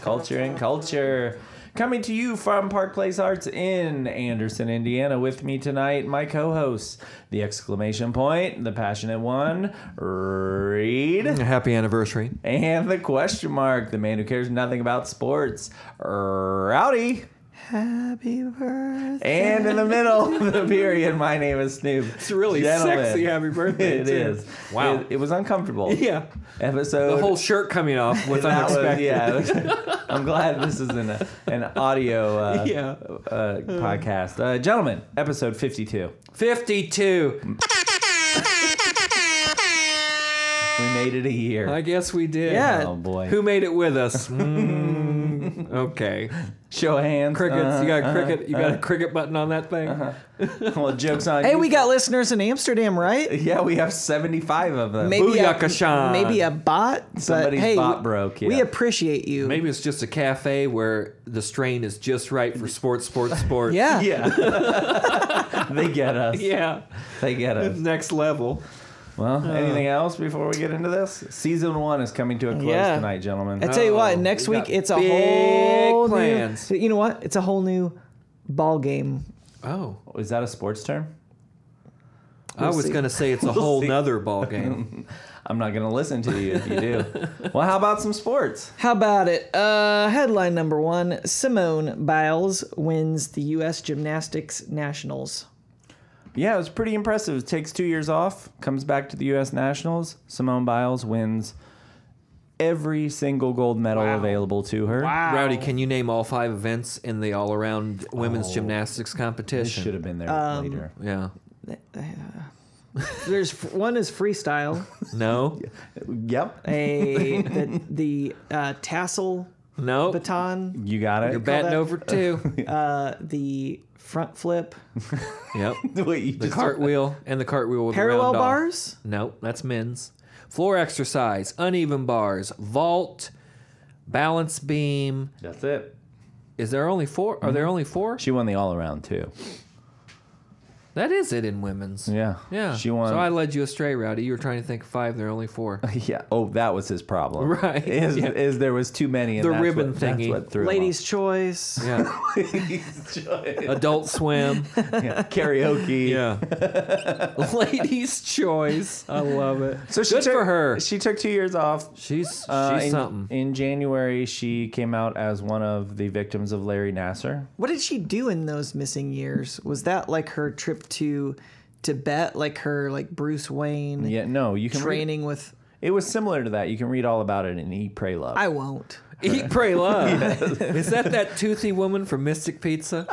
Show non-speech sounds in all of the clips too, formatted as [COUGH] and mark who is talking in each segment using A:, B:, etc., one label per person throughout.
A: Culture and Culture. Coming to you from Park Place Arts in Anderson, Indiana. With me tonight, my co hosts, the exclamation point, the passionate one, Reed,
B: Happy [LAUGHS] anniversary.
A: and the question mark, the man who cares nothing about sports, Rowdy.
B: Happy birthday.
A: And in the
C: [LAUGHS]
A: middle of the period, my name is Snoop.
C: It's really
A: Gentlemen,
C: sexy happy
A: [LAUGHS]
C: birthday.
A: It
C: too.
A: is.
B: Wow.
A: It, it was uncomfortable.
C: Yeah.
A: Episode
B: The whole shirt coming off [LAUGHS] was
A: That was-
B: unexpected.
A: yeah. [LAUGHS] I'm glad this is an, an audio
D: [LAUGHS]
A: uh,
C: Yeah.
A: uh, podcast. Uh, gentlemen, episode 52.
B: 52.
A: We made it a year.
C: I guess we did.
B: Yeah.
A: Oh, boy.
B: Who made it with us? Mm, okay.
A: Show of hands.
C: Crickets. you got a
A: Uh-huh,
C: cricket. you got a cricket button on that thing.
A: uh-huh. well, joke's on
D: Hey,
A: you.
D: we got listeners in Amsterdam, right?
A: Yeah, we have 75 of them.
D: Maybe
B: Booyakashan.
D: a, maybe a bot.
A: Somebody's
D: but hey,
A: bot
D: we-
A: broke, yeah.
D: We appreciate you.
B: Maybe it's just a cafe where the strain is just right for sports, sports, sports.
D: [LAUGHS]
A: [LAUGHS]
D: Yeah.
A: Yeah. [LAUGHS] they get us.
C: Yeah.
A: They get us.
C: Next level.
A: Well,
D: Uh.
A: anything else before we get into this? Season one is coming to a close
D: Yeah.
A: tonight, gentlemen.
D: I tell you what,
B: Oh,
D: next
B: we
D: week
B: got
D: it's a
B: big
D: whole
B: plans.
D: new. You know what? It's a whole new ball game.
B: Oh,
A: is that a sports term?
B: I was
D: see.
B: going to say it's a whole nother ball game.
A: I'm not going to listen to you if you
D: [LAUGHS]
A: do. well, how about some sports?
D: How about it? Uh, headline number one: Simone Biles wins the U.S. Gymnastics Nationals.
A: Yeah, it was pretty impressive. takes two years off, comes back to the U.S. Nationals. Simone Biles wins every single gold medal available to her.
B: Rowdy, can you name all five events in the all around women's gymnastics competition?
A: Should have been there later.
B: Yeah.
D: uh, There's one is freestyle,
B: No?
A: Yep,
B: [LAUGHS]
D: a the, the uh, tassel
B: No?
D: baton,
A: you got
B: You're
A: it.
B: batting
D: that-
B: over two.
D: uh, the front flip,
B: yep.
A: [LAUGHS] Wait, you
B: The
A: just-
B: cartwheel and the cartwheel with the
D: parallel
B: round off.
D: bars.
B: No, that's men's. Floor exercise, uneven bars, vault, balance beam.
A: That's it.
B: Is there only four? Are there only four?
A: She won the all around too.
B: That is it in women's.
A: Yeah,
B: Yeah.
A: She won.
B: So I led you astray, Rowdy. You were trying to think of five. There are only four.
A: [LAUGHS] yeah. Oh, that was his problem. [LAUGHS]
B: Right,
A: Is,
B: yeah.
A: is there was too many. And
B: The
A: that's
B: ribbon
A: what, that's
B: thingy.
A: what threw him
D: Ladies' choice.
B: Yeah.
A: off. [LAUGHS] Ladies'
B: [LAUGHS]
A: choice.
B: Adult swim.
A: Yeah, Karaoke.
B: Yeah. [LAUGHS] Ladies' choice. I love it.
A: So she
B: Good
A: took,
B: for her.
A: She took two years off.
B: She's she's
A: Uh, in, [LAUGHS]
B: something.
A: In January, she came out as one of the victims of Larry Nasser.
D: What did she do in those missing years? Was that like her trip to Tibet, like her like Bruce Wayne
A: Yeah, no, you can. read-
D: training with?
A: it was similar to that. You can read all about it in Eat, Pray, Love.
D: I won't.
B: Eat, pray, love. Is that that toothy woman from Mystic Pizza?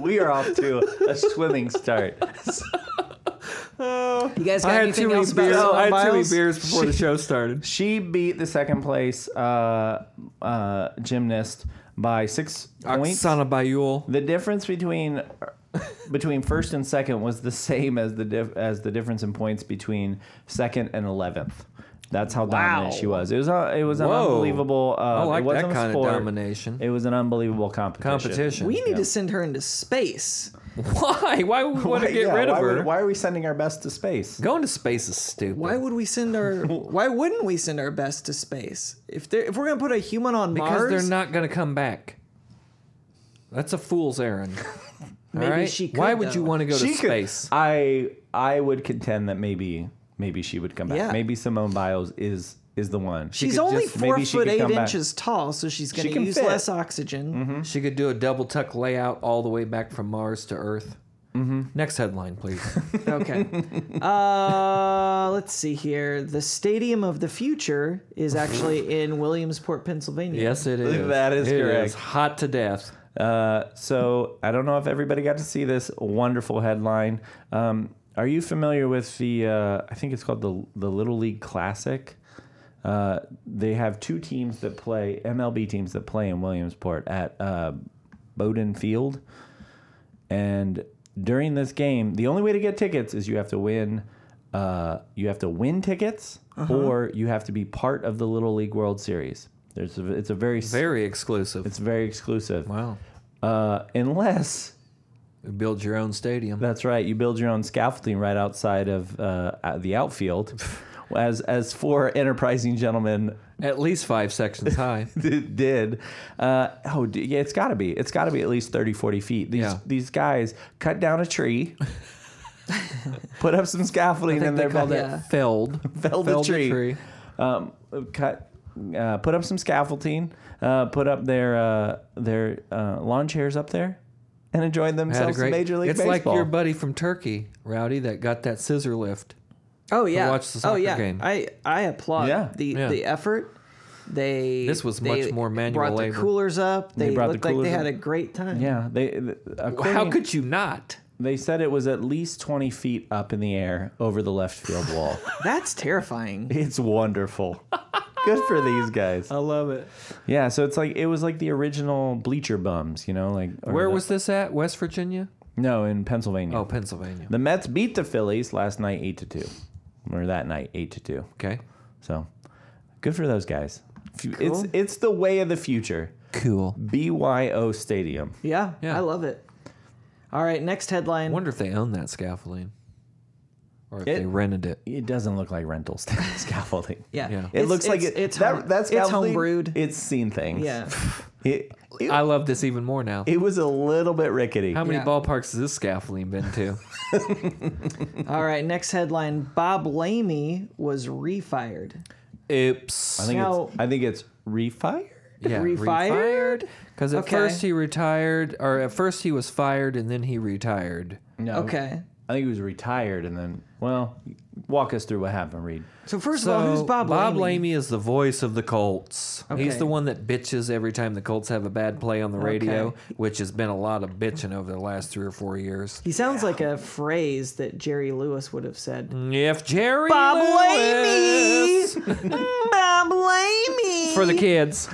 A: we are off to
D: [LAUGHS]
A: a swimming start.
D: You guys got
B: I had too
D: anything
B: many
D: else
B: beers.
D: about Simone
B: I had too many
D: Biles?
B: beers before the show started.
A: She beat the second place uh, uh, gymnast by six points.
B: Oksana Bayul.
A: The difference between between first and second was the same as the dif- as the difference in points between second and eleventh. That's how dominant
D: Wow.
A: she was. It was a, it was an
B: Whoa.
A: unbelievable. Uh,
B: I like
A: it
B: that
A: wasn't a
B: kind of
A: sport.
B: domination.
A: It was an unbelievable competition.
B: Competition.
D: We need to send her into space.
B: [LAUGHS] Why? Why would we want to
A: Why-
B: get
A: yeah,
B: rid of
A: why would-
B: her?
A: why are we sending our best to space?
B: Going to space is stupid.
D: Why would we send
B: [LAUGHS]
D: our? why wouldn't we send our best to space? If they are if we're gonna put a human on
B: because
D: Mars,
B: they're not going to come back. That's a fool's errand.
D: Maybe
B: All right?
D: she could,
B: Why would you
D: though.
B: want to go to
A: could-
B: space?
A: I I would contend that maybe maybe she would come back.
D: Yeah.
A: Maybe Simone Biles is is the one.
D: she's
B: could
D: only
B: just-
D: four
A: maybe she
D: foot
A: could
D: eight
A: come back.
D: inches tall, so she's gonna
A: can
D: use
A: fit.
D: less oxygen.
B: She could do a double tuck layout all the way back from Mars to Earth. Mm-hmm. Next headline, please.
D: Okay. uh, let's see here. The Stadium of the Future is actually in Williamsport, Pennsylvania.
B: yes, it is.
A: That is
B: It
A: correct.
B: hot to death.
A: Uh, so I don't know if everybody got to see this wonderful headline. Um, are you familiar with the? Uh, I think it's called the the Little League Classic. Uh, they have two teams that play MLB teams that play in Williamsport at uh, Bowden Field, and during this game, the only way to get tickets is you have to win. Uh, you have to win tickets, or you have to be part of the Little League World Series. There's a, it's a very,
B: Very exclusive.
A: it's very exclusive
B: wow.
A: uh, unless
B: Build your own stadium.
A: That's right. You build your own scaffolding right outside of uh, out- the
B: [LAUGHS]
A: outfield. As as four enterprising gentlemen
B: At least five sections
A: [LAUGHS]
B: high.
A: did, uh, oh d- yeah, it's got to be. It's got to be at least 30, 40 feet. These
B: Yeah.
A: these guys cut down a
B: [LAUGHS]
A: tree, put up some scaffolding, and
B: they
A: they're
B: call
A: building-
B: that felled.
A: [LAUGHS] Felled the tree. um, cut, uh, put up some scaffolding, uh, put up their uh, their uh, lawn chairs up there, and enjoyed
B: Had a
A: themselves
B: great,
A: some Major League
B: it's
A: Baseball.
B: like your buddy from Turkey, Rowdy, that got that scissor lift.
D: Oh yeah.
B: watch the
D: oh
B: soccer
D: yeah.
B: game.
D: I I applaud
A: Yeah.
D: the
B: Yeah.
D: the effort. They
B: This was
D: they
B: much more manual
D: Brought
B: labor.
D: the coolers up. They,
A: brought the
D: looked like
A: coolers
D: they had
A: up.
D: a great time.
A: yeah, they. th-
B: How
A: according-
B: could you not?
A: They said it was at least 20 feet up in the air over the left field
B: [LAUGHS]
A: wall. [LAUGHS]
D: That's terrifying.
A: it's wonderful. Good for these guys.
C: I love it.
A: Yeah, so it's like it was like the original bleacher bums, you know, like or
B: Where
A: the-
B: was this at? West Virginia?
A: No, in Pennsylvania.
B: Oh, Pennsylvania.
A: The Mets beat the Phillies last night 8 to 2. Or that night 8 to 2.
B: Okay.
A: So, good for those guys. Fu- It's it's the way of the future.
B: Cool.
A: BYO Stadium.
D: Yeah,
B: Yeah.
D: I love it. All right, next
B: I
D: headline.
B: wonder if they own that scaffolding or if
A: It-
B: they rented it.
A: It doesn't look like rental [LAUGHS] sta- scaffolding.
D: yeah.
B: Yeah. It
A: It looks like
D: it's
A: it,
D: it's
A: that,
D: home,
A: that
D: it's
A: scaffolding,
D: homebrewed.
A: [LAUGHS] It's seen things.
D: yeah.
A: [LAUGHS] It, it,
B: I love this even more now.
A: it was a little bit rickety.
B: How many
D: Yeah.
B: ballparks has this scaffolding been
A: [LAUGHS]
B: to?
D: All right, next headline. Bob Lamy was refired.
B: Oops.
A: I think
D: Now-
A: it's I think it's refire.
B: yeah,
D: refired?
B: Because at
D: Okay.
B: first he retired, or at first he was fired and then he retired.
A: No.
D: Okay.
A: I think he was retired and then well, walk us through what happened, Reed.
D: So first of all, who's Bob, Lamy?
B: Lamey is the voice of the Colts. He's
D: Okay.
B: the one that bitches every time the Colts have a bad play on the radio, which has been a lot of bitching over the last three or four years.
D: He sounds like a phrase that Jerry Lewis would have said.
B: If Jerry
D: Bob
B: Mm. Lewis- [LAUGHS]
D: Lamy. Bob Lamy.
B: for the kids,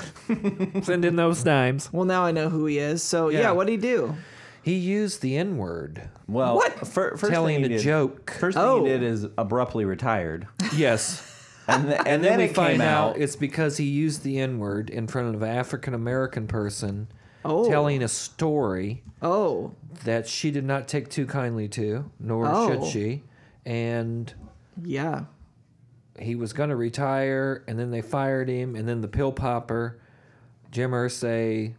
B: send in those dimes.
D: Well, now I know who he is. So yeah,
B: Yeah.
D: what would he do?
B: He used the N word.
A: Well,
D: What?
A: fir- first
B: Telling
A: thing he
B: a
A: did-
B: joke.
A: First thing
D: Oh.
A: he did is abruptly retired,
B: Yes.
D: [LAUGHS]
A: and, th- and, then,
B: then we
A: it came
B: find out
A: out.
B: it's because he used the N word in front of an African American person
D: Oh.
B: telling a story
D: Oh,
B: that she did not take too kindly to, nor
D: Oh.
B: should she. And
D: yeah.
B: he was going to retire, and then they fired him, and then the pill popper, Jim Irsay,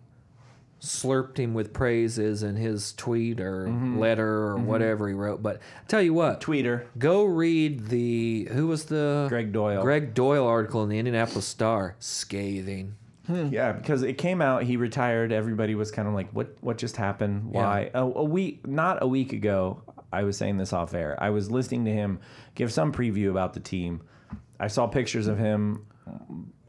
B: slurped him with praises in his tweet or
A: Mm-hmm.
B: letter or whatever he wrote. But tell you what,
A: Tweeter.
B: Go read the who was the
A: Greg Doyle.
B: Greg Doyle article in the Indianapolis Star. Scathing. Mm-hmm.
A: Yeah, because it came out he retired. Everybody was kind of like, "What? What just happened? Why?" A, a week, not a week ago, I was saying this off air. I was listening to him give some preview about the team. I saw pictures of him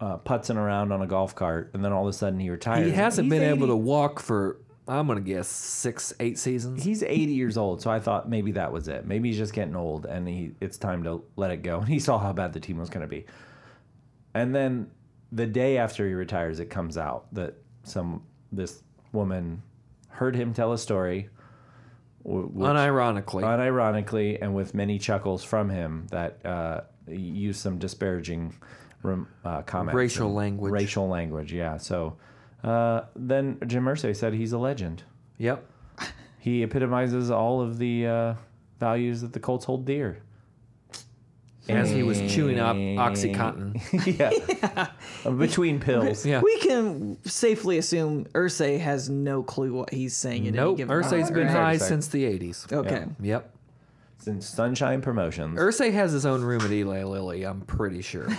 A: uh, putzing around on a golf cart, and then all of a sudden he retired.
B: He hasn't
A: He's
B: been
A: 80
B: able to walk for I'm gonna guess six, eight seasons.
A: He's 80 years old, so I thought maybe that was it. Maybe he's just getting old, and he it's time to let it go. And he saw how bad the team was going to be. And then the day after he retires, it comes out that some this woman heard him tell a story, w- which,
B: Unironically,
A: unironically and with many chuckles from him, that uh, used some disparaging rem- uh, comments,
B: racial
A: and
B: language.
A: racial language. Yeah. So uh, then Jim Irsay said he's a legend
B: Yep.
A: he epitomizes all of the uh, values that the Colts hold dear.
B: As he was chewing
A: [LAUGHS]
B: up OxyContin.
A: [LAUGHS] yeah. Between pills. [LAUGHS]
B: Yeah.
D: We can safely assume Ursay has no clue what he's saying at any
B: Nope.
D: given
B: Ursay's
D: moment,
B: been
D: right?
B: high
A: Exactly.
B: since the 80s.
D: Okay.
B: Yep.
A: Since Sunshine Promotions.
B: Ursay has his own room at Eli Lilly. I'm pretty
D: [LAUGHS]
B: sure.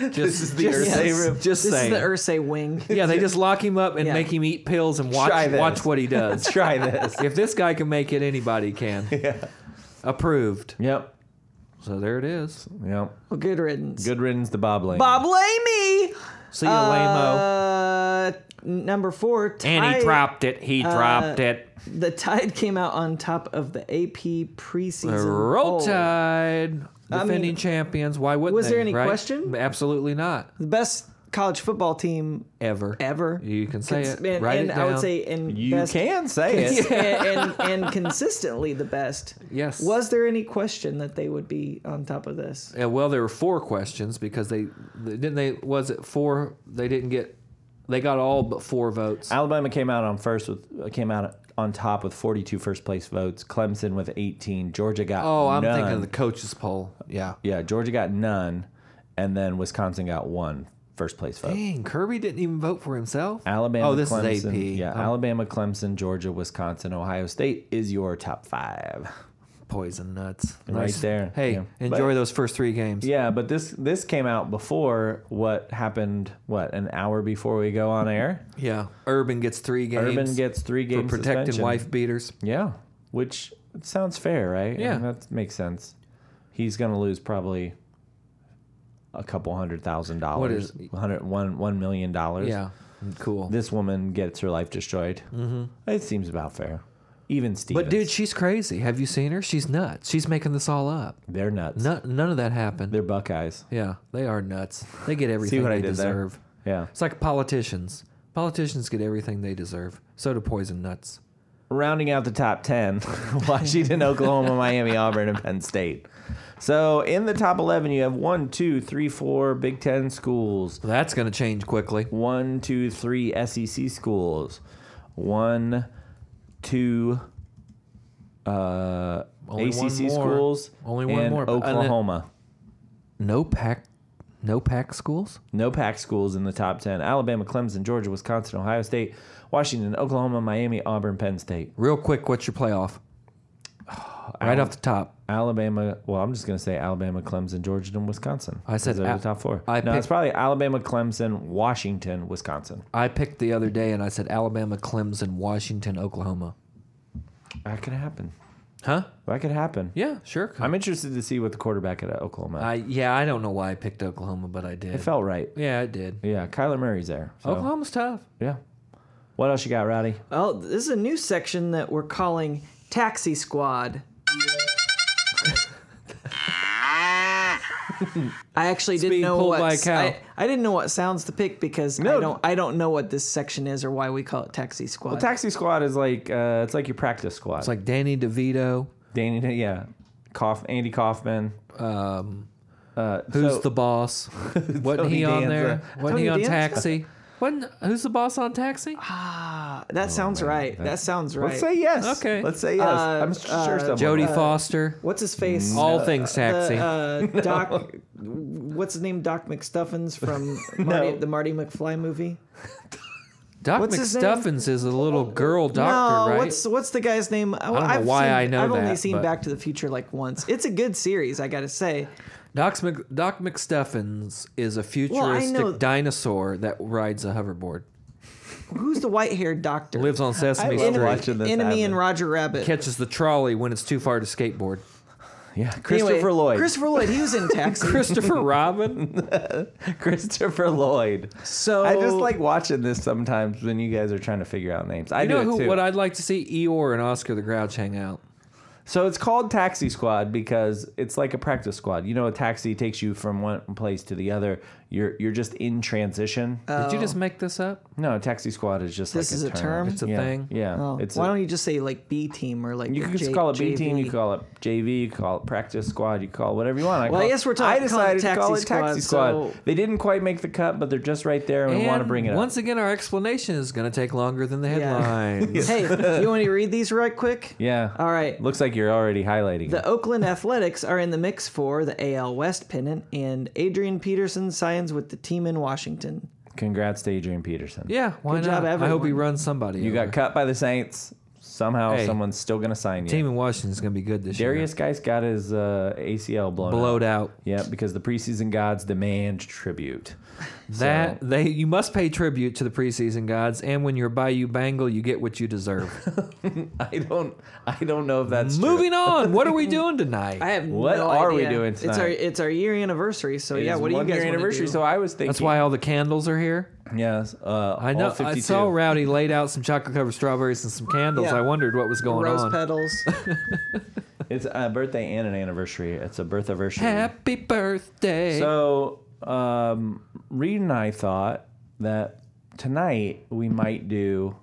B: just,
A: This is the
B: just,
A: Ursay
B: yes.
A: room.
B: Just
D: This is
B: saying.
D: the Ursay wing. [LAUGHS]
B: yeah, they just lock him up and
D: Yeah.
B: make him eat pills and watch
A: Try this.
B: watch what he does.
A: [LAUGHS] Try this.
B: if this guy can make it,
A: [LAUGHS]
B: anybody can. Approved.
A: yep.
B: So there it is.
A: Yep.
D: Well, good riddance.
A: Good riddance to Bob Lane.
D: Bob Lamy.
B: See you, lame-o.
D: Uh, number four.
B: And he
D: Tide-
B: dropped it. He
D: uh,
B: dropped it.
D: The Tide came out on top of the AP preseason.
B: Roll
D: poll.
B: Tide. Defending
D: mean,
B: champions. Why wouldn't
D: was
B: they,
D: there any
B: right?
D: question?
B: Absolutely not.
D: The best college football team
B: Ever.
D: ever.
B: You can say
D: Cons-
B: it.
D: And,
B: Write
D: and
B: it
D: I
B: down.
D: would say in
A: you
D: best
A: can [LAUGHS] say
B: [LAUGHS]
A: it.
D: [LAUGHS] and, and, and consistently the best.
B: Yes.
D: Was there any question that they would be on top of this?
B: Yeah, well, there were four questions because they they- didn't they was it four they didn't get They got all but four votes.
A: Alabama came out on first with uh, came out on top with 42 first place votes. Clemson with 18. Georgia got
B: Oh, I'm
A: none.
B: thinking of the coaches poll. Yeah.
A: yeah Georgia got none, and then Wisconsin got one first place vote.
B: Dang, Kirby didn't even vote for himself.
A: Alabama.
B: Oh, this
A: Clemson,
B: is AP.
A: Yeah, Alabama, Clemson, Georgia, Wisconsin, Ohio State is your top five.
B: Poison nuts.
A: Right there,
B: Hey,
A: yeah.
B: enjoy
A: But-
B: those first three games.
A: Yeah, but this this came out before what happened. What an hour before we go on air.
B: Yeah. Urban gets three [LAUGHS] games.
A: Urban gets three
B: for
A: games
B: protecting
A: suspension.
B: wife beaters.
A: Yeah, which sounds fair, right? I
B: Yeah.
A: mean, that makes sense. He's gonna lose probably a couple hundred thousand dollars.
B: is-
A: hundred one one million dollars?
B: Yeah. Cool.
A: This woman gets her life destroyed. Mm-hmm. It seems about fair. Even Steve.
B: but dude, she's crazy. Have you seen her? She's nuts. She's making this all up.
A: they're nuts.
B: No, none of that happened.
A: They're Buckeyes.
B: yeah, they are nuts. They
A: [LAUGHS]
B: get everything
A: what
B: they
A: I did there?
B: deserve.
A: Yeah.
B: It's like politicians. Politicians get everything they deserve. So do poison nuts.
A: rounding out the top 10 [LAUGHS] Washington, Oklahoma, Miami, Auburn, and Penn State. So in the top 11, you have one, two, three, four Big Ten schools,
B: That's going to change quickly.
A: one, two, three SEC schools, one, two, uh,
B: Only
A: ACC
B: one more.
A: schools,
B: Only one
A: and
B: more, but- and then-
A: Oklahoma.
B: No pack, no pack schools.
A: No pack schools in the top 10. Alabama, Clemson, Georgia, Wisconsin, Ohio State, Washington, Oklahoma, Miami, Auburn, Penn State.
B: Real quick, what's
A: [SIGHS]
B: your playoff? Right off the top,
A: Alabama. Well, I'm just gonna say Alabama, Clemson, Georgia, and Wisconsin.
B: I said
A: Because they're
B: Al-
A: the top four.
B: I
A: no, it's
B: picked-
A: probably Alabama, Clemson, Washington, Wisconsin.
B: I picked the other day and I said Alabama, Clemson, Washington, Oklahoma.
A: That could happen.
B: Huh?
A: That could happen.
B: Yeah, sure.
A: I'm interested to see what the quarterback at Oklahoma.
B: I yeah, I don't know why I picked Oklahoma, but I
A: it
B: did.
A: felt right.
B: Yeah, I did.
A: Yeah, Kyler Murray's there. So,
B: Oklahoma's tough.
A: Yeah. What else you got, Roddy?
D: Well, this is a new section that we're calling Taxi Squad. I actually didn't
B: being
D: know
B: pulled
D: what
B: by a
D: s-
B: cow.
D: I, I didn't know what sounds to pick because
A: No.
D: I don't I don't know what this section is or why we call it Taxi Squad.
A: Taxi squad is like uh, it's like your practice squad.
B: It's like Danny DeVito.
A: Danny, [LAUGHS] yeah, Kauf, Andy Kaufman.
B: Um,
A: Uh,
B: who's
A: so-
B: the
D: [LAUGHS]
B: boss? Wasn't
A: Tony
B: he on
A: Danza.
B: there? Wasn't
D: Tony
B: he on
D: Danza?
B: Taxi? Wasn't, who's the boss on Taxi?
D: Ah,
B: Oh,
D: that sounds right. That sounds right.
A: Let's say yes.
B: Okay.
A: Let's say yes.
D: Uh,
A: I'm sure
D: uh,
A: someone.
B: Jodie Foster.
D: What's his face?
B: Mm. All
D: Uh,
B: things taxi.
D: The,
B: [LAUGHS]
D: uh, Doc, what's his name? Doc McStuffins
B: [LAUGHS]
D: from Marty, the Marty McFly movie.
B: Doc
D: what's his name?
B: McStuffins is a little girl doctor,
D: no,
B: right?
D: what's what's the guy's name? I
B: know why I know
D: I've only
B: that,
D: seen
B: but-
D: Back to the Future like once. It's a good series, I gotta say.
B: Doc's Mc, Doc McStuffins is a
D: I
B: futuristic
D: know-
B: dinosaur that rides a hoverboard,
D: Who's the white-haired doctor?
B: lives on Sesame
A: love
B: Street,
A: watching this
D: Enemy
A: happen.
D: and Roger Rabbit.
B: catches the trolley when it's too far to
D: [LAUGHS]
B: skateboard.
A: Yeah,
D: Anyway,
A: Christopher Lloyd.
D: Christopher Lloyd. He was in Taxi.
B: Christopher
D: [LAUGHS]
B: Robin.
A: [LAUGHS] Christopher Lloyd.
D: so
A: I just like watching this sometimes when you guys are trying to figure out names. I
B: You know
A: do it
B: who?
A: too.
B: What I'd like to see Eeyore and Oscar the Grouch hang out.
A: so it's called Taxi Squad because it's like a practice squad. You know, a taxi takes you from one place to the other. You're you're just in transition.
B: Did you
D: Oh.
B: just make this up?
A: no, taxi squad is just
D: This
A: like
D: is a term? It's
B: a
A: yeah,
B: thing?
A: Yeah,
D: Oh,
A: it's
D: why
A: a-
D: don't you just say like B team or like
A: you can just
D: J-
A: call it B team. You
D: JV?
A: can call it JV. You can call it practice squad. You can call it whatever you want. I
D: Well, I
A: call-
D: guess we're talking-
A: I decided
D: calling it
A: to call it
D: Taxi
A: taxi
D: Squad,
A: squad.
D: so-
A: They didn't quite make the cut, but they're just right there, and, we want to
B: And
A: bring it
B: Once
A: up.
B: again, our explanation is going to take longer than the
D: [LAUGHS] Yeah.
B: headline.
D: Hey, you want me to read these right quick?
A: [LAUGHS] Yeah.
D: All right.
A: Looks like you're already highlighting. it.
D: The Oakland Athletics are in the mix for the AL West pennant, and Adrian Peterson signs with the team in Washington.
A: Congrats to Adrian Peterson.
B: Yeah, why
D: Good
B: not?
D: job,
B: I hope he
D: everyone.
B: runs somebody.
A: You got cut by the Saints. Somehow,
B: Hey.
A: someone's still going to sign you.
B: team in Washington's going to be good this
A: Darius Geis got his uh, ACL blown.
B: year. Blowed out.
A: Yeah, because the preseason gods demand tribute. [LAUGHS]
B: That they you must pay tribute to the preseason gods, and when you're Bayou Bangle, you get what you
D: [LAUGHS]
B: deserve.
A: I don't. I don't know if that's true.
B: Moving on. What are
D: [LAUGHS]
B: we doing tonight?
D: I have
A: What
D: no
A: are we
D: idea.
A: doing
D: It's our
A: tonight?
D: it's our year anniversary, so
A: It
D: yeah.
A: is
D: What do you
A: one
D: guys
A: year
D: wanna
A: anniversary?
D: do?
A: So I was thinking.
B: That's why all the candles are here.
A: Yes. Uh,
B: I know.
A: All
B: I
A: 52.
B: saw Rowdy laid out some chocolate covered strawberries and some candles.
D: Yeah.
B: I wondered what was going
D: Rose
B: on.
A: [LAUGHS]
D: petals.
A: It's a birthday and an anniversary. It's a birth anniversary.
B: Happy birthday.
A: So, um, Reed and I thought that tonight we might do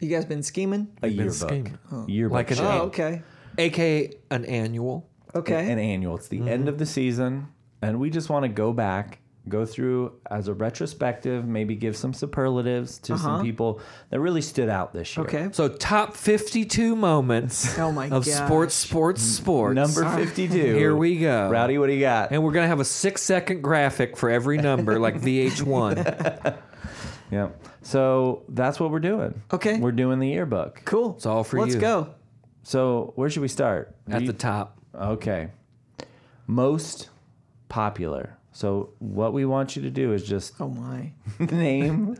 D: you guys been scheming?
A: a
B: been
A: yearbook.
B: scheming.
A: Yearbook.
B: Like an
A: show.
D: Oh, okay,
B: AKA an annual.
D: okay.
A: an annual. It's the end of the season, and we just want to go back go through as a retrospective, maybe give some superlatives to
D: Uh-huh.
A: some people that really stood out this year.
D: Okay.
B: So top 52 moments
D: [LAUGHS] Oh my
B: of sports, sports, sports.
A: Number 52.
B: Here we go.
A: Rowdy, what do you got?
B: And we're going to have a six second graphic for every number,
D: [LAUGHS]
B: like VH1.
A: Yeah. So that's what we're doing.
D: Okay.
A: We're doing the yearbook.
D: Cool.
B: It's all for
D: Let's
B: you.
D: go.
A: So where should we start?
B: At
A: You-
B: the top.
A: Okay. Most popular. So what we want you to do is just [LAUGHS]
D: Oh my.
A: name.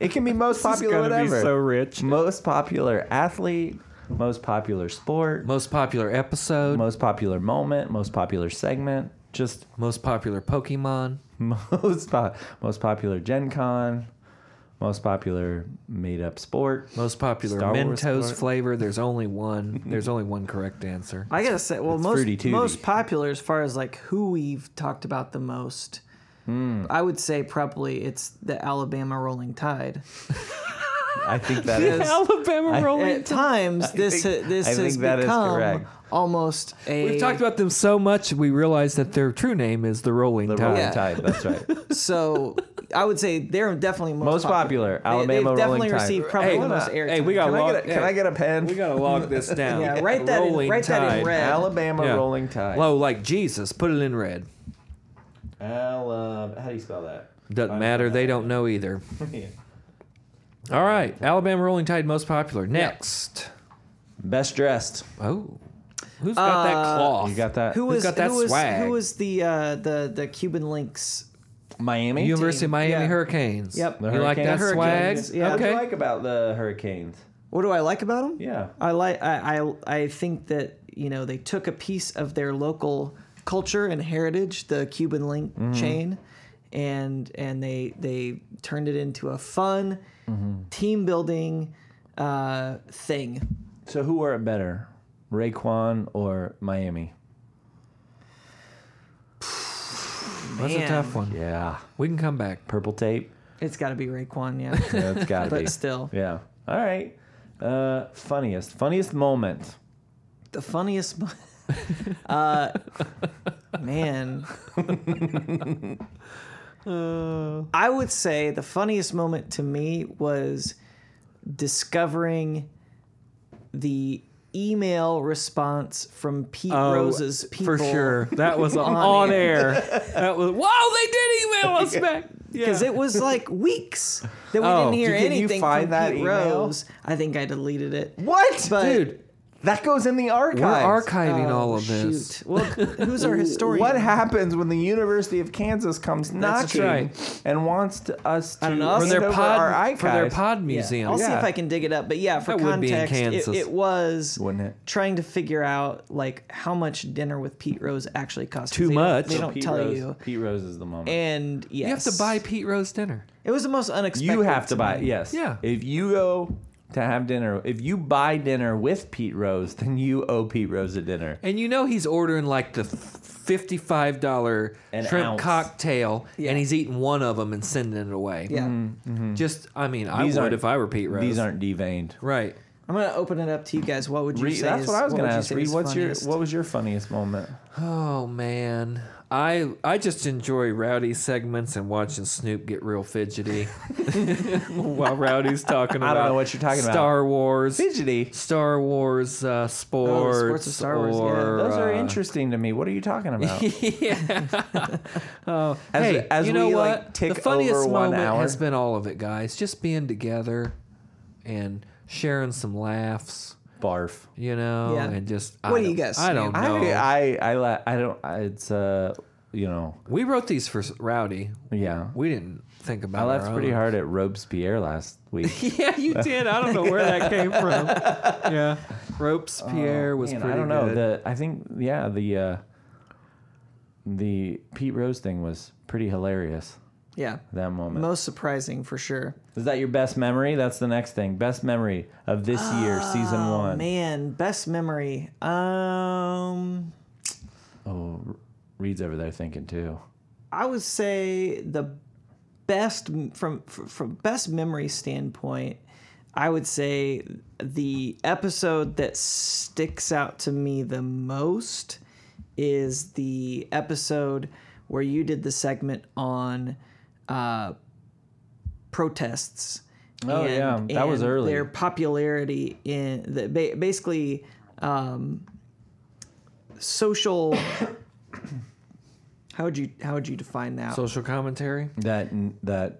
A: It can be most popular whatever.
C: rich.
A: most popular athlete, most popular sport,
B: Most popular episode,
A: most popular moment, most popular segment, just [LAUGHS]
B: most popular Pokemon.
A: most po- most popular Gen Con, most popular made up sport.
B: Most popular
A: Star Wars
B: Mentos
A: part.
B: flavor.
A: [LAUGHS]
B: There's only one. There's only one correct
D: [LAUGHS]
B: answer.
D: I gotta say, well,
A: It's Fruity
D: most
A: Tooty.
D: most popular as far as like who we've talked about the most.
A: Hmm.
D: I would say probably it's the Alabama Rolling Tide.
A: I think
D: [LAUGHS]
A: that is
B: Alabama
A: I-
B: Rolling.
D: At times, this
A: think-
D: ha- this
A: I
D: has
A: think that is
D: become
A: correct.
D: almost a.
B: We've talked about them so much, we realize that their true name is the Rolling
A: the
B: Tide.
A: Rolling
D: Yeah.
A: Tide. That's
D: [LAUGHS]
A: right.
D: so. I would say they're definitely most,
A: Most popular,
D: they,
A: Alabama
D: have
A: Rolling
D: definitely
A: Tide.
D: received probably
B: Hey,
D: the most airtime.
B: hey, we got
A: Can I,
B: log-
A: get a, can I get a pen?
B: We gotta log this
D: [LAUGHS]
B: down.
D: Yeah, write that in-
B: Rolling
D: write that in
B: Tide.
D: red.
A: Alabama
B: Yeah.
A: Rolling Tide.
B: Low like Jesus. Put it in red.
A: Alab- how do you spell that? [LAUGHS]
B: Doesn't matter. They don't know either.
A: Yeah.
B: All right, Alabama Rolling Tide most popular. Next.
A: Best dressed.
B: Oh, who's got that
D: Uh,
B: cloth?
A: You got that?
D: who
B: Who's
D: was
B: got that
D: who was
B: swag?
D: who was the uh, the the Cuban links?
A: Miami.
B: University of Miami
D: Yeah.
B: Hurricanes.
D: Yep.
B: You
A: The
B: like that
A: Hurricanes.
B: swag?
D: Hurricanes, yeah.
A: What do you
B: Okay.
A: like about the Hurricanes?
D: What do I like about them?
A: Yeah.
D: I like I, I I think that you know they took a piece of their local culture and heritage, the Cuban link
B: Mm-hmm.
D: chain, and and they they turned it into a fun
B: Mm-hmm.
D: team building uh, thing.
A: So who were it better, Raekwon or Miami?
B: That's a
D: Man.
B: tough one.
A: Yeah.
B: We can come back.
A: Purple tape.
D: It's got to be Raekwon,
B: [LAUGHS]
D: yeah.
A: [LAUGHS] That's gotta be.
D: but still,
A: Yeah. All right. Uh, funniest. Funniest moment.
D: the funniest. mo- [LAUGHS] uh,
A: [LAUGHS]
D: man, I would say the funniest moment to me was discovering the email response from Pete
A: Oh,
D: Rose's people.
B: For
D: [LAUGHS]
B: sure. That was on,
D: On
B: air.
D: [LAUGHS]
B: That was Whoa, they did email us back.
D: Because
B: Yeah.
D: it was like weeks that we
B: Oh,
D: didn't hear
A: did you
D: anything
A: find
D: from
A: that
D: Pete
A: email?
D: Rose. I think I deleted it.
A: What?
D: But
B: Dude,
A: that goes in the
B: we're
A: archives.
B: archiving
D: oh,
B: all of this.
D: Shoot. Well, who's
A: [LAUGHS]
D: our historian?
A: what happens when the University of Kansas comes
B: That's
A: knocking
B: right.
A: and wants to, us to
D: don't know.
A: hand
B: For their
A: over our
B: pod
A: archives?
B: for their pod
D: Yeah.
B: museum.
D: I'll see
A: Yeah.
D: if I can dig it up. But yeah, for
B: That would be in
D: context, it-
B: Kansas.
D: It, was
A: Wouldn't it?
D: trying to figure out like how much dinner with Pete Rose actually cost. 'cause
B: Too
D: they
B: much.
D: Don't, they don't
A: Pete
D: tell
A: Rose,
D: you.
A: Pete Rose is the moment.
D: And yes,
B: You have to buy Pete Rose dinner.
D: It was the most unexpected.
A: you have to buy
D: me.
A: yes
B: Yeah.
A: if you go to have dinner if you buy dinner with pete rose then you owe pete rose a dinner
B: And you know he's ordering like the fifty-five dollar
A: An
B: shrimp
A: ounce.
B: cocktail,
D: Yeah.
B: and he's eating one of them and sending it away.
D: Yeah, Mm-hmm.
B: Just, I mean, I
A: Mm-hmm. These
B: would
A: aren't-
B: if I were Pete Rose.
A: these aren't deveined
B: right.
D: I'm gonna open it up to you guys. What would you
A: Reed,
D: say?
A: that's
D: is-
A: what i was
D: would
A: going to
D: you
A: ask
D: say
A: Reed,
D: is
A: what's
D: funniest?
A: your what was your funniest moment
B: Oh man, I I just enjoy Rowdy segments and watching Snoop get real fidgety [LAUGHS] while Rowdy's
A: [LAUGHS]
B: talking.
A: I
B: about
A: don't know what you're talking about.
B: Star Wars,
A: fidgety
B: Star Wars uh, sports,
D: sports Oh, of Star Wars, yeah.
B: or,
A: those are
B: uh,
A: interesting to me what are you talking
D: [LAUGHS]
A: about
B: [LAUGHS] yeah. oh,
A: As-
B: hey,
A: as
B: you know
A: we,
B: what?
A: like, tick
B: the funniest
A: over one
B: moment
A: hour.
B: has been all of it, guys. Just being together and sharing some laughs,
A: barf
B: you know,
D: Yeah.
B: and just I
D: What do you
B: don't-
D: guess,
B: I don't
D: man?
B: know.
A: i i i, la- I don't I, it's uh you know
B: we wrote these for Rowdy.
A: yeah
B: We didn't think about.
A: i
B: our
A: laughed pretty
B: own.
A: hard at robespierre last
D: [LAUGHS]
A: week
B: [LAUGHS]
A: [LAUGHS]
B: yeah, you did. I don't know where that came [LAUGHS] from. Yeah, Robespierre was
A: Oh, Man,
B: pretty.
A: i don't know
B: good.
A: the i think yeah the uh the pete rose thing was pretty hilarious
D: yeah
A: that moment
D: most surprising for sure?
A: Is that your best memory? That's the next thing. Best memory of this year, season one.
D: Ah, Man, best memory. Um,
A: Oh, R- Reed's over there thinking too.
D: I would say the best m- from fr- from best memory standpoint, I would say the episode that sticks out to me the most is the episode where you did the segment on uh, protests.
A: Oh, yeah. That was early.
D: Their popularity in the, ba- basically um, social. [COUGHS] how would you how would you define that?
B: Social commentary.
A: that that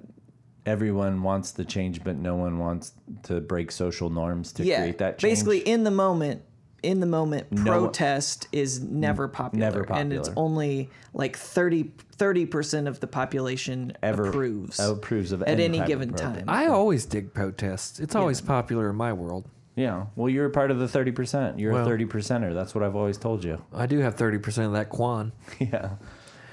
A: everyone wants the change, but no one wants to break social norms to create that change.
D: Basically, in the moment, in the moment,
A: No-
D: protest is never popular.
A: never
D: And it's
A: popular.
D: only like 30 percent of the population
A: ever
D: approves.
A: approves of
D: at any
A: type of
D: given
A: program.
D: time.
B: I always dig protests. It's always popular in my world.
A: Yeah. Well, you're a part of the thirty percent. You're
B: Well-
A: a thirty percenter. That's what I've always told you. [LAUGHS]
B: I do have thirty percent of that quan.
A: yeah.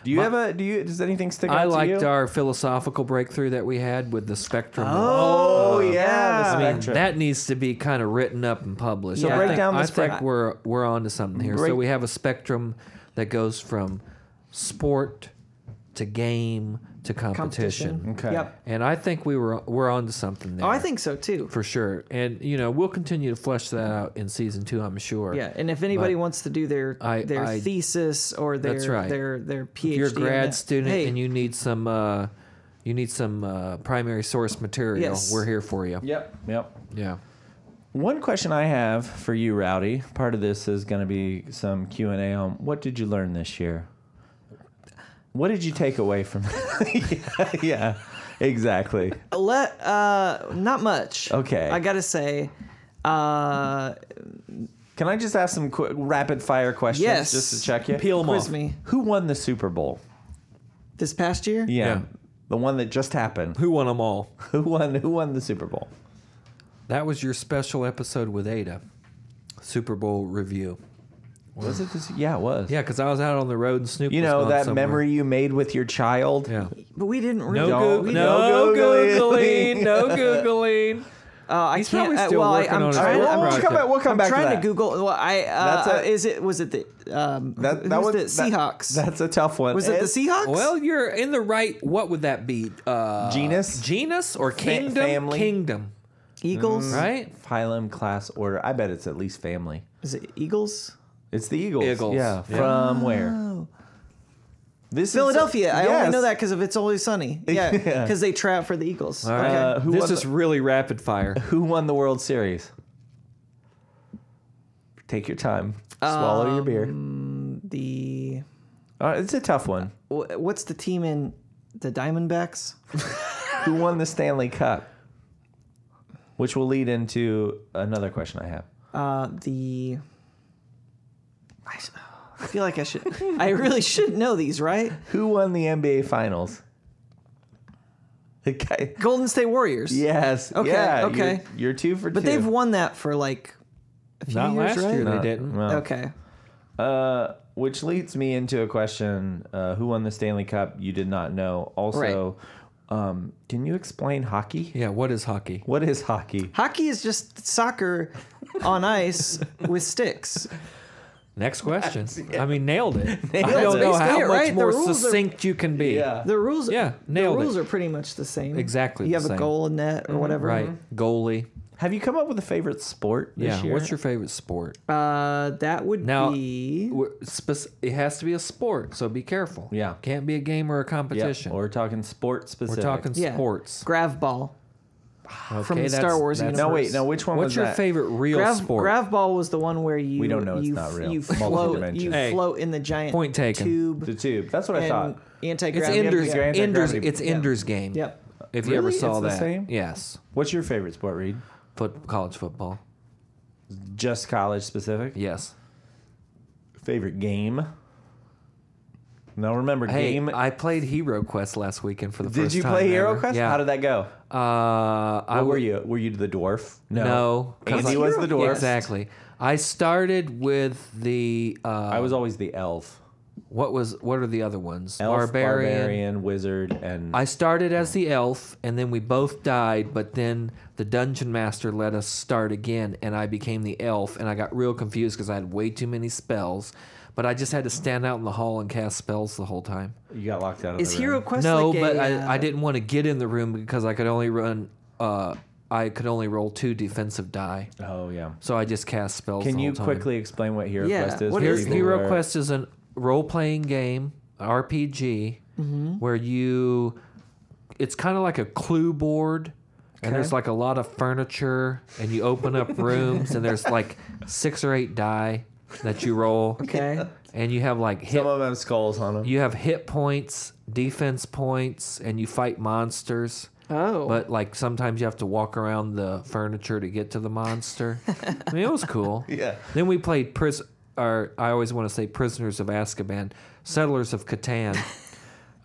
A: Do you have a? Do you? Does anything stick out
B: I
A: to you?
B: liked our philosophical breakthrough that we had with the spectrum.
A: Oh
D: yeah.
A: the
B: I mean,
A: spectrum.
B: that needs to be kind of written up and published.
D: So
B: I
D: break
B: think,
A: down the
B: I
A: spec-
B: think we're we're onto something here.
A: Break-
B: So we have a spectrum that goes from sport to game to competition.
D: Competition.
A: Okay.
D: Yep.
B: And I think we were we're onto something there.
D: Oh, I think so too.
B: for sure. And you know, we'll continue to flesh that out in season 2, I'm sure.
D: Yeah, and if anybody
B: But
D: wants to do their
B: I-
D: their
B: I-
D: thesis or their
B: That's right.
D: their their PhD,
B: if you're a
D: in
B: grad
D: that-
B: student
D: hey,
B: and you need some uh, you need some uh, primary source material,
D: Yes.
B: we're here for you.
A: Yep. Yep.
B: Yeah.
A: One question I have for you, Rowdy. Part of this is going to be some Q and A on what did you learn this year. What did you take away from? [LAUGHS] yeah, yeah, exactly.
D: let uh not much.
A: Okay.
D: I gotta say, uh
A: Can I just ask some quick rapid fire questions
D: Yes.
A: just to check you?
D: Peel 'em Quiz off. me.
A: Who won the Super Bowl?
D: this past year,
A: Yeah.
B: Yeah.
A: The one that just happened. [LAUGHS]
B: Who won them all?
A: Who won who won the Super Bowl?
B: That was your special episode with Ada, Super Bowl review.
A: Was it this yeah, it was.
B: Yeah, because I was out on the road and Snoop.
A: You
B: was
A: know
B: gone
A: that
B: somewhere.
A: memory you made with your child?
B: Yeah.
D: but we didn't really.
A: Don't-
B: No, Goog-
D: we didn't-
A: no
B: no
A: Googling. [LAUGHS]
B: googling. No googling.
D: uh, I
B: He's
D: can't.
B: probably
D: I-
B: still
D: well, I,
B: working
D: I'm
B: on his
D: trying.
B: own
D: I'm
A: we'll
B: project.
A: come back. We'll come
D: I'm
A: back
D: trying
A: to
D: to,
A: that.
D: Google. Well, I uh,
A: That's a-
D: is it was it the um
A: That,
D: who
A: that
D: was
A: was
D: the Seahawks?
A: That, that's a tough one.
D: was it the
A: It's
D: Seahawks?
B: Well, you're in the right. What would that be? Uh,
A: Genus?
B: genus, or kingdom?
A: family?
B: Kingdom,
D: Eagles.
B: right?
A: phylum, class, order? I bet it's at least family.
D: Is it Eagles? Oh.
A: It's the Eagles.
B: Eagles.
A: Yeah.
B: Yeah.
A: From where? This is-
D: Philadelphia. I only
A: Yes.
D: know that because of It's Always
A: [LAUGHS]
D: Sunny. Yeah,
A: Yeah.
D: because they trap for the Eagles.
B: All right.
D: Okay.
A: Uh, who
B: this
A: won
B: is really rapid fire.
A: Who won the World Series? Take your time. Swallow your beer.
D: Um, the
A: All right, it's a tough one.
D: wh- what's the team in the Diamondbacks?
A: Who won the Stanley Cup? Which will lead into another question I have.
D: Uh, the I, s- I feel like I should. I really [LAUGHS] should know these, right?
A: Who won the NBA Finals? Okay.
D: Golden State Warriors.
A: Yes.
D: Okay,
A: yeah,
D: okay.
A: You're, you're two for
D: but
A: two.
D: they've won that for like a few
B: Not
D: years,
B: last
D: right?
B: year they
A: Uh,
B: didn't.
A: well,
D: Okay.
A: Uh, which leads me into a question: uh, Who won the Stanley Cup? You did not know. Also, um, can you explain hockey?
B: Yeah. What is hockey?
A: What is hockey?
D: Hockey is just soccer on ice with sticks.
A: [LAUGHS]
B: Next question. I mean, nailed it.
A: Nailed
B: I don't
A: it.
B: know
D: Basically
B: how
D: it,
B: much
D: right? The
B: more
D: rules are-
B: succinct you can be.
D: The rules,
B: Yeah,
D: the
B: nailed it.
D: rules are pretty much the same.
B: Exactly
D: You
B: the
D: have a
B: same. Mm-hmm.
D: goal, a net, or whatever.
B: Right. Goalie.
A: Have you come up with a favorite sport Mm-hmm. this
B: Yeah.
A: year?
B: What's your favorite sport?
D: Uh, that would
B: Now,
D: be.
B: We're spec- it has to be a sport, so be careful.
A: Yeah.
B: Can't be a game or a
A: Yeah,
B: competition.
A: We're talking sport
B: We're
A: specific.
B: talking
D: Yeah.
B: sports.
D: Grav ball.
B: Okay,
D: From the Star
B: that's-
D: Wars
B: that's-
A: No,
D: universe.
A: wait. No, which one
B: What's
A: was
B: your
A: that?
B: favorite real
D: Grav,
B: sport?
D: grav ball was the one where you
A: We don't know, it's
D: you,
A: not real.
D: you
A: Multiple
D: float
A: dimensions.
D: you
B: Hey,
D: float in the giant
B: point taken.
D: tube
A: The tube. That's what I
D: and
A: thought.
D: anti
B: it's
D: gravity.
B: Ender's,
A: yeah.
B: Ender's,
A: Anti-gravity.
B: it's
D: Yeah.
B: Ender's game.
D: Yep.
B: If you
A: Really?
B: ever saw
A: It's the
B: that.
A: same?
B: Yes.
A: What's your favorite sport, Reed?
B: Foot, college football.
A: Just college specific.
B: Yes.
A: Favorite game? Now remember
B: Hey,
A: game.
B: I played Hero Quest last weekend for the
A: did
B: first
A: you
B: time.
A: play
B: ever.
A: Hero Quest?
B: Yeah.
A: How did that go?
B: Uh, I
A: What were
B: wa-
A: you? Were you the dwarf?
B: No, 'cause
A: Andy
B: I-
A: was the dwarf.
B: Exactly. I started with the. Uh,
A: I was always the elf.
B: what was? What are the other ones?
A: Elf, barbarian,
B: barbarian.
A: wizard, and
B: I started as the elf, and then we both died. But then the dungeon master let us start again, and I became the elf. And I got real confused because I had way too many spells. But I just had to stand out in the hall and cast spells the whole time.
A: you got locked out of
D: Is
A: the room.
D: Hero Quest
B: no,
D: like a,
B: but I
D: uh,
B: I, I didn't want to get in the room because I could only run. Uh, I could only roll two defensive die,
A: Oh yeah.
B: so I just cast spells.
A: Can
B: the
A: you
B: whole time.
A: quickly explain what Hero
D: Yeah,
A: Quest is?
D: what
A: for
B: Hero,
D: is
A: people
B: Hero
A: who are-
B: Quest is a role playing game RPG where you, it's kind of like a clue board. And there's like a lot of furniture, and you open up rooms, and there's like six or eight die that you roll,
D: uh, Okay.
B: [LAUGHS] and you have like hit
A: Some of them have skulls on them.
B: you have hit points, defense points, and you fight monsters.
D: Oh.
B: But like sometimes you have to walk around the furniture to get to the monster. I mean, it was cool.
A: Yeah.
B: Then we played pris. Or I always want to say Prisoners of Azkaban, Settlers of Catan,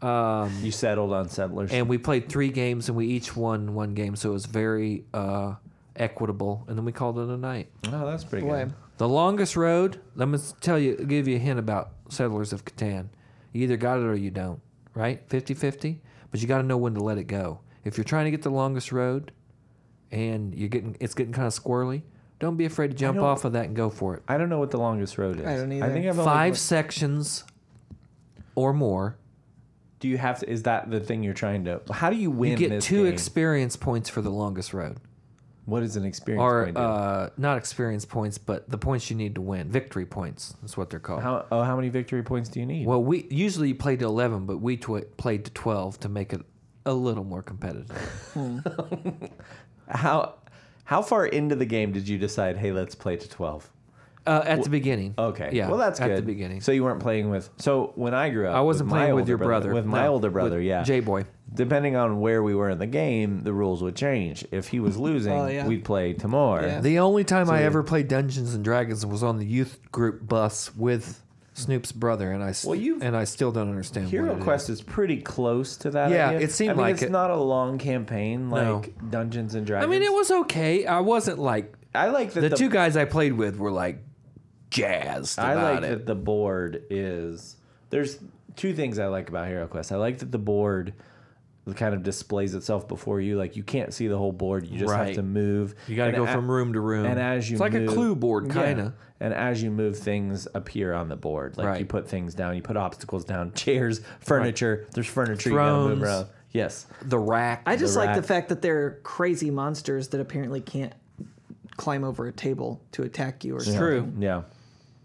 B: Um,
A: you settled on settlers.
B: and we played three games and we each won one game, so it was very uh, equitable. And then we called it a night.
A: oh, that's pretty
D: Boy.
A: good.
B: The longest road. Let me s- tell you, give you a hint about Settlers of Catan. You either got it or you don't, right? 50-50? But you got to know when to let it go. If you're trying to get the longest road, and you're getting it's getting kind of squirrely, don't be afraid to jump
A: don't-
B: off of that and go for it.
A: I don't know what the longest road is.
D: I don't
A: I
D: either.
A: think I've only
B: Five
A: played-
B: sections or more.
A: Do you have to? Is that the thing you're trying to? How do you win
B: You get
A: this
B: two
A: game?
B: experience points for the longest road,
A: what is an experience
B: or
A: point? in?
B: uh, not experience points, but the points you need to win. Victory points is what they're called.
A: how, oh, how many victory points do you need?
B: Well, we usually you play to eleven, but we tw- played to twelve to make it a little more competitive.
A: how how far into the game did you decide? Hey, let's play to twelve.
B: Uh, at the beginning.
A: Okay.
B: Yeah.
A: Well, that's
B: at
A: good.
B: the beginning.
A: So you weren't playing with. So when I grew up,
B: I wasn't
A: my
B: playing with
A: older
B: your brother.
A: With my
B: No,
A: older
B: with
A: brother, yeah.
B: J boy.
A: Depending on where we were in the game, the rules would change. If he
B: [LAUGHS]
A: was losing,
D: Oh, yeah.
A: we'd play to more.
D: Yeah.
B: The only time I ever played Dungeons and Dragons was on the youth group bus with Snoop's brother, and I s-
A: Well, you've-
B: and I still don't understand.
A: Hero
B: what it
A: Quest is pretty close to that.
B: Yeah,
A: idea.
B: it seemed
A: I mean,
B: like
A: it's
B: it.
A: not a long campaign like Dungeons and
B: Is. I
A: Dragons.
B: mean, it was okay. I wasn't like
A: I like that
B: the, two guys I played with were like jazzed
A: I like
B: about it.
A: that the board is there's two things I like about Hero Quest. I like that the board kind of displays itself before you. Like you can't see the whole board. You just
B: Right.
A: have to move.
B: You got to
A: And
B: go
A: a-
B: from room to room,
A: And as you
B: it's like
A: move-
B: a clue board,
A: Yeah.
B: kind of.
A: And as you move, things appear on the board. Like you
B: Right.
A: put things down, you put obstacles down, [LAUGHS] chairs, furniture. There's furniture you gotta move
B: Thrones.
A: around. Yes.
B: The rack.
D: I just like
A: rat.
D: the fact that they're crazy monsters that apparently can't climb over a table to attack you or something.
B: true.
A: Yeah.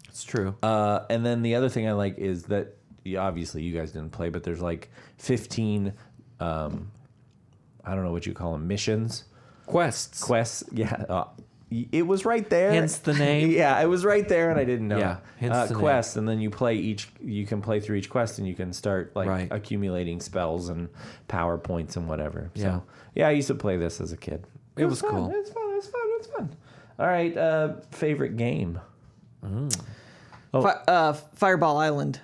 B: It's true.
A: Uh, and then the other thing I like is that yeah, obviously you guys didn't play, but there's like 15, um, I don't know what you call them, missions,
B: Quests.
A: quests. [LAUGHS] Yeah. Uh, y- it was right there. [LAUGHS]
B: Hence the name.
A: yeah, it was right there, and I didn't know.
B: Yeah, hence
A: uh,
B: the name.
A: quests, and then you play each. You can play through each quest, and you can start like
B: Right.
A: accumulating spells and power points and whatever.
B: Yeah.
A: So, yeah, I used to play this as a kid.
B: It was
A: fun.
B: cool.
A: It was fun. It was fun. It was fun. All right. Uh, favorite game.
D: Fi- uh, Fireball Island.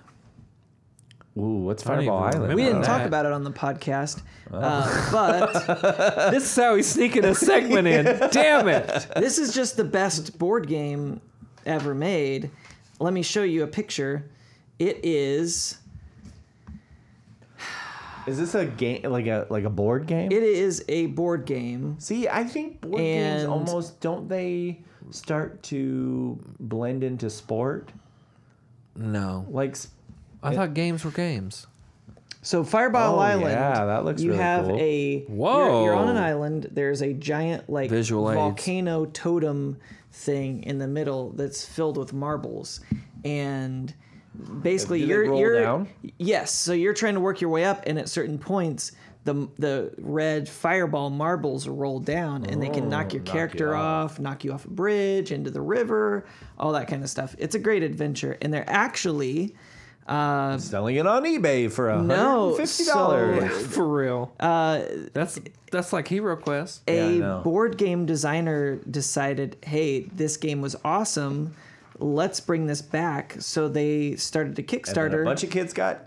A: Ooh, what's
B: don't even
A: Fireball Island?
B: remember
D: We didn't
B: that.
D: talk about it on the podcast, uh, but [LAUGHS]
B: This is how he's
A: [LAUGHS]
B: sneaking a segment in. Damn it.
D: this is just the best board game ever made. Let me show you a picture. It is.
A: Is this a game like a like a board game?
D: It is a board game.
A: See, I think board games
D: And-
A: almost don't they start to blend into sport?
B: No.
A: Like s-
B: I thought games were games.
D: So Fireball
A: Oh,
D: Island.
A: yeah, that looks
D: You
A: really
D: have
A: cool.
D: a You're, you're on an island. There's a giant like
B: Visual aids.
D: volcano totem thing in the middle that's filled with marbles, and basically
A: Do they
D: you're
A: roll
D: you're
A: down?
D: yes. So you're trying to work your way up, and at certain points. The, the red fireball marbles roll down and they can knock your
A: Oh, knock you
D: character
A: off.
D: off, knock you off a bridge, into the river, all that kind of stuff. It's a great adventure. And they're actually,
A: selling it on eBay for a
D: No,
A: hundred fifty dollars.
D: [LAUGHS]
B: For real. Uh, that's that's like Hero Quest.
A: Yeah, I
D: a
A: know.
D: board game designer decided, hey, this game was awesome. Let's bring this back. So they started a
A: A
D: Kickstarter.
A: bunch of kids got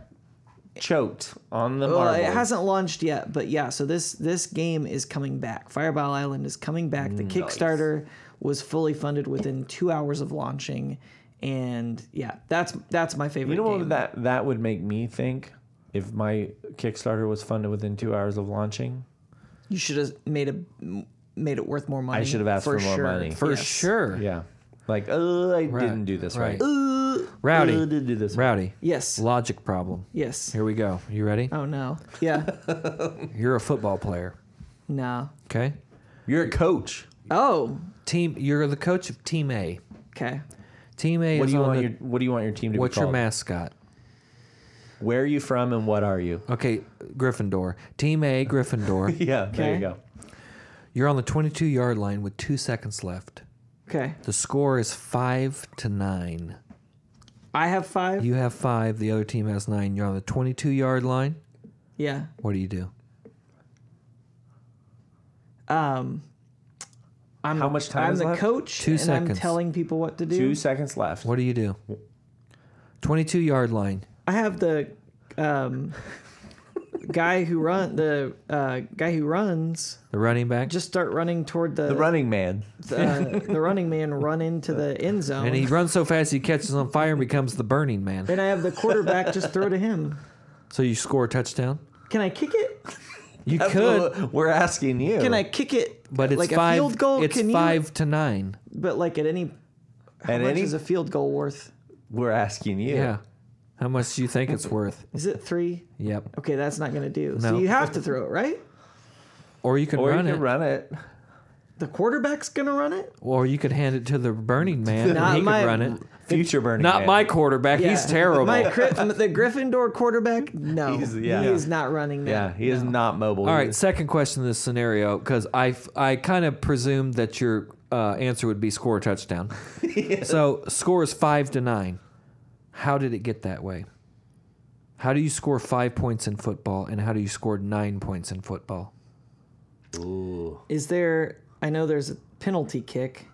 A: choked on the
D: well,
A: marble.
D: it hasn't launched yet, but yeah. So this this game is coming back. Fireball Island is coming back.
A: Mm,
D: The Kickstarter was fully funded within two hours of launching, and yeah, that's that's my favorite.
A: you know
D: game.
A: what that that would make me think if my Kickstarter was funded within two hours of launching.
D: You should have made a made it worth more money.
A: should have asked for more money.
B: For
D: Yes.
B: sure.
A: Yeah, like oh, I didn't do this right. Oh, I
B: Rowdy.
A: didn't do this. Right.
B: Rowdy.
D: Yes.
B: Logic problem.
D: Yes.
B: Here we go. You ready?
D: Oh no. Yeah.
A: [LAUGHS]
B: You're a football player.
D: no.
B: Okay.
A: You're a coach.
D: Oh.
B: Team you're the coach of team A.
D: Okay.
B: Team A
A: What
B: is
A: do you
B: on
A: want
B: the,
A: your What do you want your team to
B: what's
A: be
B: your
A: called?
B: mascot?
A: Where are you from and what are you?
B: Okay, Gryffindor. Team A, Gryffindor.
A: [LAUGHS] Yeah, there you
D: Okay.
A: go.
B: You're on the 22 yard line with two seconds left.
D: Okay.
B: The score is five to nine.
D: I have five.
B: You have five. The other team has nine. You're on the 22 yard line.
D: yeah.
B: What do you do?
D: Um, I'm
A: How
D: the-
A: much time
D: I'm
A: is
D: the
A: left?
D: coach.
B: Two
D: and
B: seconds.
D: I'm telling people what to do.
A: Two seconds left.
B: What do you do? 22 yard line.
D: I have the um, guy who run the uh, guy who runs
B: The running back.
D: just start running toward the
A: The running man.
D: the, uh, the running man run
B: [LAUGHS]
D: into the end zone.
B: and he runs so fast he catches on fire and becomes the burning man.
D: Then I have the quarterback just throw to him.
B: So you score a touchdown?
D: Can I kick it?
B: You
A: That's
B: could,
A: what [LAUGHS] we're asking you.
D: Can I kick it?
B: but it's
D: like
B: five.
D: a field goal.
B: it's
D: Can
B: five to nine.
D: You, but like at any, how
A: At
D: much
A: any-
D: is a field goal worth?
A: We're asking you.
B: Yeah. How much do you think it's worth?
D: Is it three?
B: Yep.
D: Okay, that's not gonna do.
B: No.
D: So you have to throw it, right?
B: Or you could
A: Or
B: run
A: you
B: it.
A: can run it.
D: The quarterback's gonna run it.
B: Or you could hand it to the burning man
D: Not
B: and he
D: my-
B: could run it.
A: Future burning
B: Not
A: man.
B: my quarterback. He's
D: Yeah.
B: terrible.
D: My, Gry- [LAUGHS] the Gryffindor quarterback, no,
A: He's- yeah.
D: he is not running
A: Yeah,
D: that.
A: he is not mobile.
B: All
A: either.
B: right, second question in this scenario, because I, f- I kind of presumed that your uh, answer would be score a
D: [LAUGHS]
B: touchdown. So score is five to nine. How did it get that way? How do you score five points in football, and how do you score nine points in football?
D: Is there? I know there's a
A: [LAUGHS]
D: penalty kick.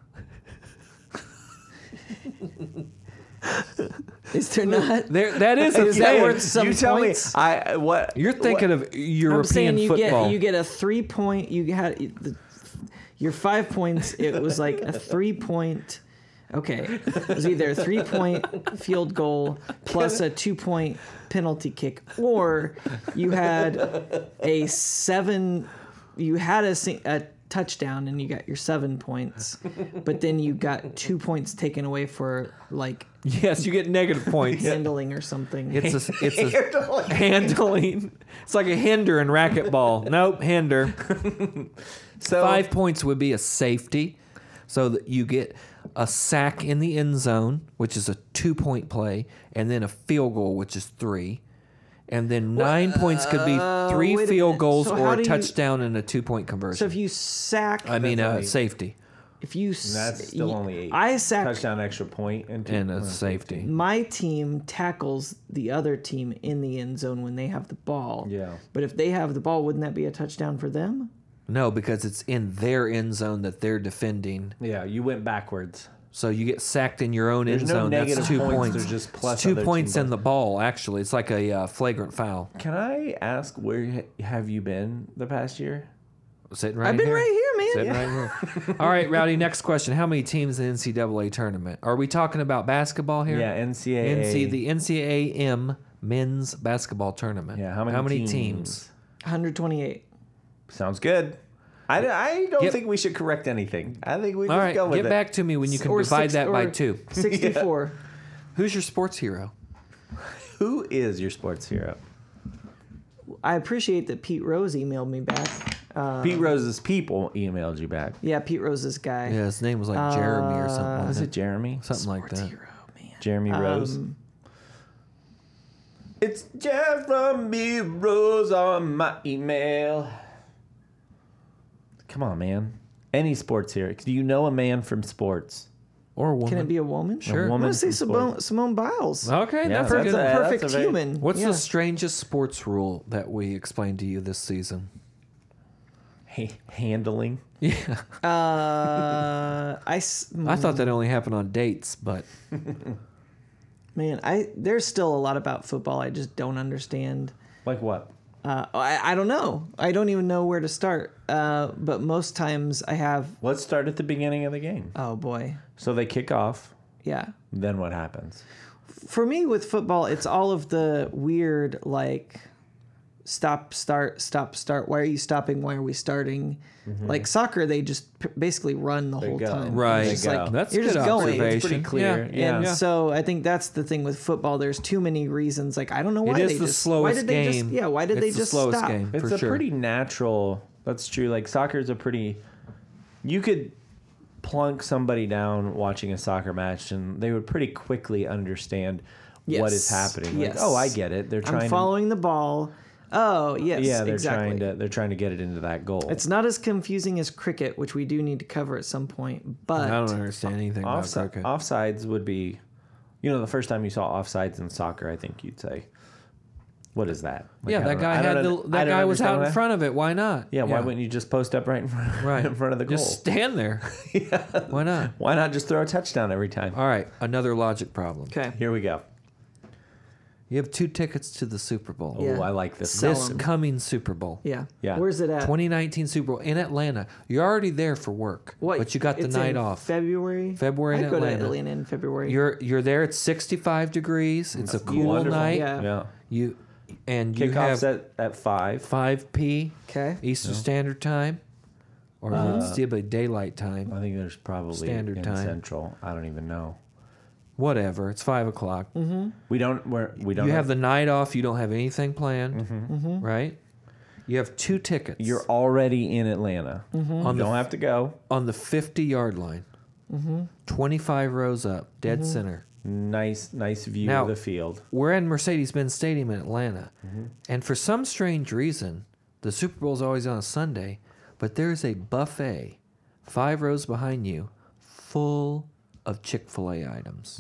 D: is there not?
B: There, that [LAUGHS] is
D: [LAUGHS]
B: a
D: Is that
B: thing.
D: worth some
A: you tell
D: points?
A: me. I what [LAUGHS]
B: You're thinking of European
D: I'm saying you
B: football.
D: get you get a three point. You had the, your five points. It was like a three point. Okay, it was either a three point field goal plus a two point penalty kick, or you had a seven. You had a, sing- a touchdown and you got your seven points, but then you got two points taken away for like
B: [LAUGHS] yes, you get negative points.
D: handling or something.
B: It's a, it's
D: [LAUGHS]
B: a handling. It's like a hinder in racquetball. nope, hinder.
A: so
B: Five points would be a safety, so that you get a sack in the end zone, which is a two point play, and then a field goal, which is three. And then nine points could be three
D: wait a
B: field
D: minute.
B: goals
D: So
B: or
D: how
B: a
D: do you-
B: touchdown and a two point
D: so
B: conversion.
D: if you sack,
B: I mean,
A: That's
B: a
A: only-
B: safety
D: if you s-
A: that's still
D: y-
A: only eight.
D: I sacked
A: touchdown, extra point, and, two,
B: and a
A: well,
B: safety.
D: my team tackles the other team in the end zone when they have the ball.
A: Yeah.
D: But if they have the ball, wouldn't that be a touchdown for them?
B: No, because it's in their end zone that they're defending.
A: Yeah, you went backwards.
B: So you get sacked in your own end
A: no
B: zone.
A: negative
B: That's two
A: points,
B: points.
A: there's just
B: It's
A: plus
B: two
A: other team
B: points in the ball. Actually, it's like a uh, flagrant foul.
A: Can I ask where ha- have you been the past year?
B: Sitting right.
D: I've been
B: here.
D: right here, man.
B: Sitting right [LAUGHS] here. All right, Rowdy. Next question: How many teams in the NCAA tournament? Are we talking about basketball here?
A: Yeah, NCAA.
B: NC the NCAM men's basketball tournament.
A: yeah, how many,
B: teams?
D: 128.
A: Sounds good. I, d- I don't
B: Yep.
A: think we should correct anything. I think we just
B: All right,
A: go with
B: get
A: it.
B: back to me when you can
D: Or
B: divide
D: six-
B: that by
D: or
B: two. [LAUGHS]
D: 64.
B: Who's your sports hero?
A: Who is your sports hero?
D: I appreciate that Pete Rose emailed me back. Uh,
A: Pete Rose's people emailed you back.
D: yeah, Pete Rose this guy.
B: Yeah, his name was like Jeremy or something.
A: Was Uh,
B: wasn't
A: it Jeremy?
B: it? Something like
D: Sports
B: that.
D: hero, man.
A: Jeremy Rose.
D: Um,
A: It's Jeremy Rose on my email. Come on, man. Any sports here? Do you know a man from sports?
B: Or a
D: can
B: woman.
D: it be a woman?
A: Sure.
D: I
A: woman
D: want to say
A: from
D: Simone, Simone Biles.
B: okay,
A: Yeah,
B: that's
A: that's
B: a Oh,
D: Perfect,
A: a-
B: good. one.
A: that's
D: perfect
A: very-
D: human.
B: What's
D: yeah.
B: the strangest sports rule that we explained to you this season?
A: Ha- handling.
B: [LAUGHS] Yeah,
D: Uh, I, s-
B: I thought that only happened on dates, but
D: man, I there's still a lot about football I just don't understand.
A: Like what?
D: Uh, I, I don't know. I don't even know where to start. Uh, but most times I have.
A: Let's start at the beginning of the game.
D: Oh boy,
A: So they kick off.
D: yeah.
A: Then what happens?
D: For me, with football, it's all of the weird like stop, start, stop, start. Why are you stopping? Why are we starting? Like soccer, they just p- basically run the whole
A: Mm-hmm. go.
D: time.
B: Right.
D: It's just
A: They go.
D: like,
B: That's
D: you're
B: good
D: just going.
B: observation.
A: It's pretty clear.
B: Yeah.
A: Yeah.
D: And so I think that's the thing with football. There's too many reasons. Like I don't know why
B: It is
D: they
B: the
D: just,
B: slowest
D: why did they
B: game.
D: Just, yeah, why did
B: It's
D: they
B: the
D: just
B: slowest
D: stop?
B: game.
A: It's
B: for
A: a
B: sure.
A: pretty natural. That's true. Like soccer is a pretty. You could plunk somebody down watching a soccer match, and they would pretty quickly understand what is
D: Yes.
A: happening. Like,
D: Yes.
A: oh, I get it. They're trying
D: I'm following the ball. Oh, yes,
A: to Yeah, they're
D: exactly.
A: trying to they're trying to get it into that goal.
D: It's not as confusing as cricket, which we do need to cover at some point.
B: I
D: But
B: don't understand anything about
A: Offsi-
B: cricket.
A: offsides would be you know, the first time you saw offsides in soccer, I think you'd say what is that? Like,
B: yeah,
A: I
B: that
A: don't- I
B: guy
A: don't
B: had
A: under-
B: the,
A: I
B: that
A: don't
B: guy was
A: understand
B: out in
A: that.
B: front of it. Why not?
A: Yeah, why wouldn't you just post up right in front, [LAUGHS]
B: Right.
A: in front of the goal?
B: Just
A: [LAUGHS]
B: stand there. Why not?
A: why not just throw a touchdown every time?
B: All right, another logic problem.
D: okay,
A: Here we go.
B: You have two tickets to the Super Bowl.
D: Yeah.
A: Oh, I like this.
D: Sell
B: This
D: 'em.
B: coming Super Bowl.
D: yeah,
A: Yeah.
D: Where's it at?
B: 2019 Super Bowl in Atlanta. You're already there for work,
D: What?
B: but you got the
D: it's
B: night
D: in
B: off.
D: February.
B: February in
D: I go to
B: Atlanta.
D: Atlanta in February.
B: You're you're there. It's 65 degrees. It's a cool
A: Wonderful.
B: night.
D: Yeah.
A: yeah.
B: You and you
A: Kickoff's
B: have
A: at, at five.
B: 5 p.
D: okay.
B: Eastern Standard Time, or it's probably daylight time.
A: I think there's probably
B: Standard
A: in
B: time.
A: Central. I don't even know.
B: Whatever. It's five o'clock.
A: We don't. We're, we don't. Mm-hmm.
B: You have the night off. You don't have anything planned, right? You have two tickets.
A: You're already in Atlanta.
B: On
A: You
B: the
A: don't have to go.
B: on the 50 yard line, 25 rows up, dead center.
A: Nice, nice view
B: Now-
A: of the field.
B: We're in Mercedes Benz Stadium in Atlanta.
A: Mm-hmm.
B: And for some strange reason, the Super Bowl is always on a Sunday, but there's a buffet five rows behind you full of Chick fil A items.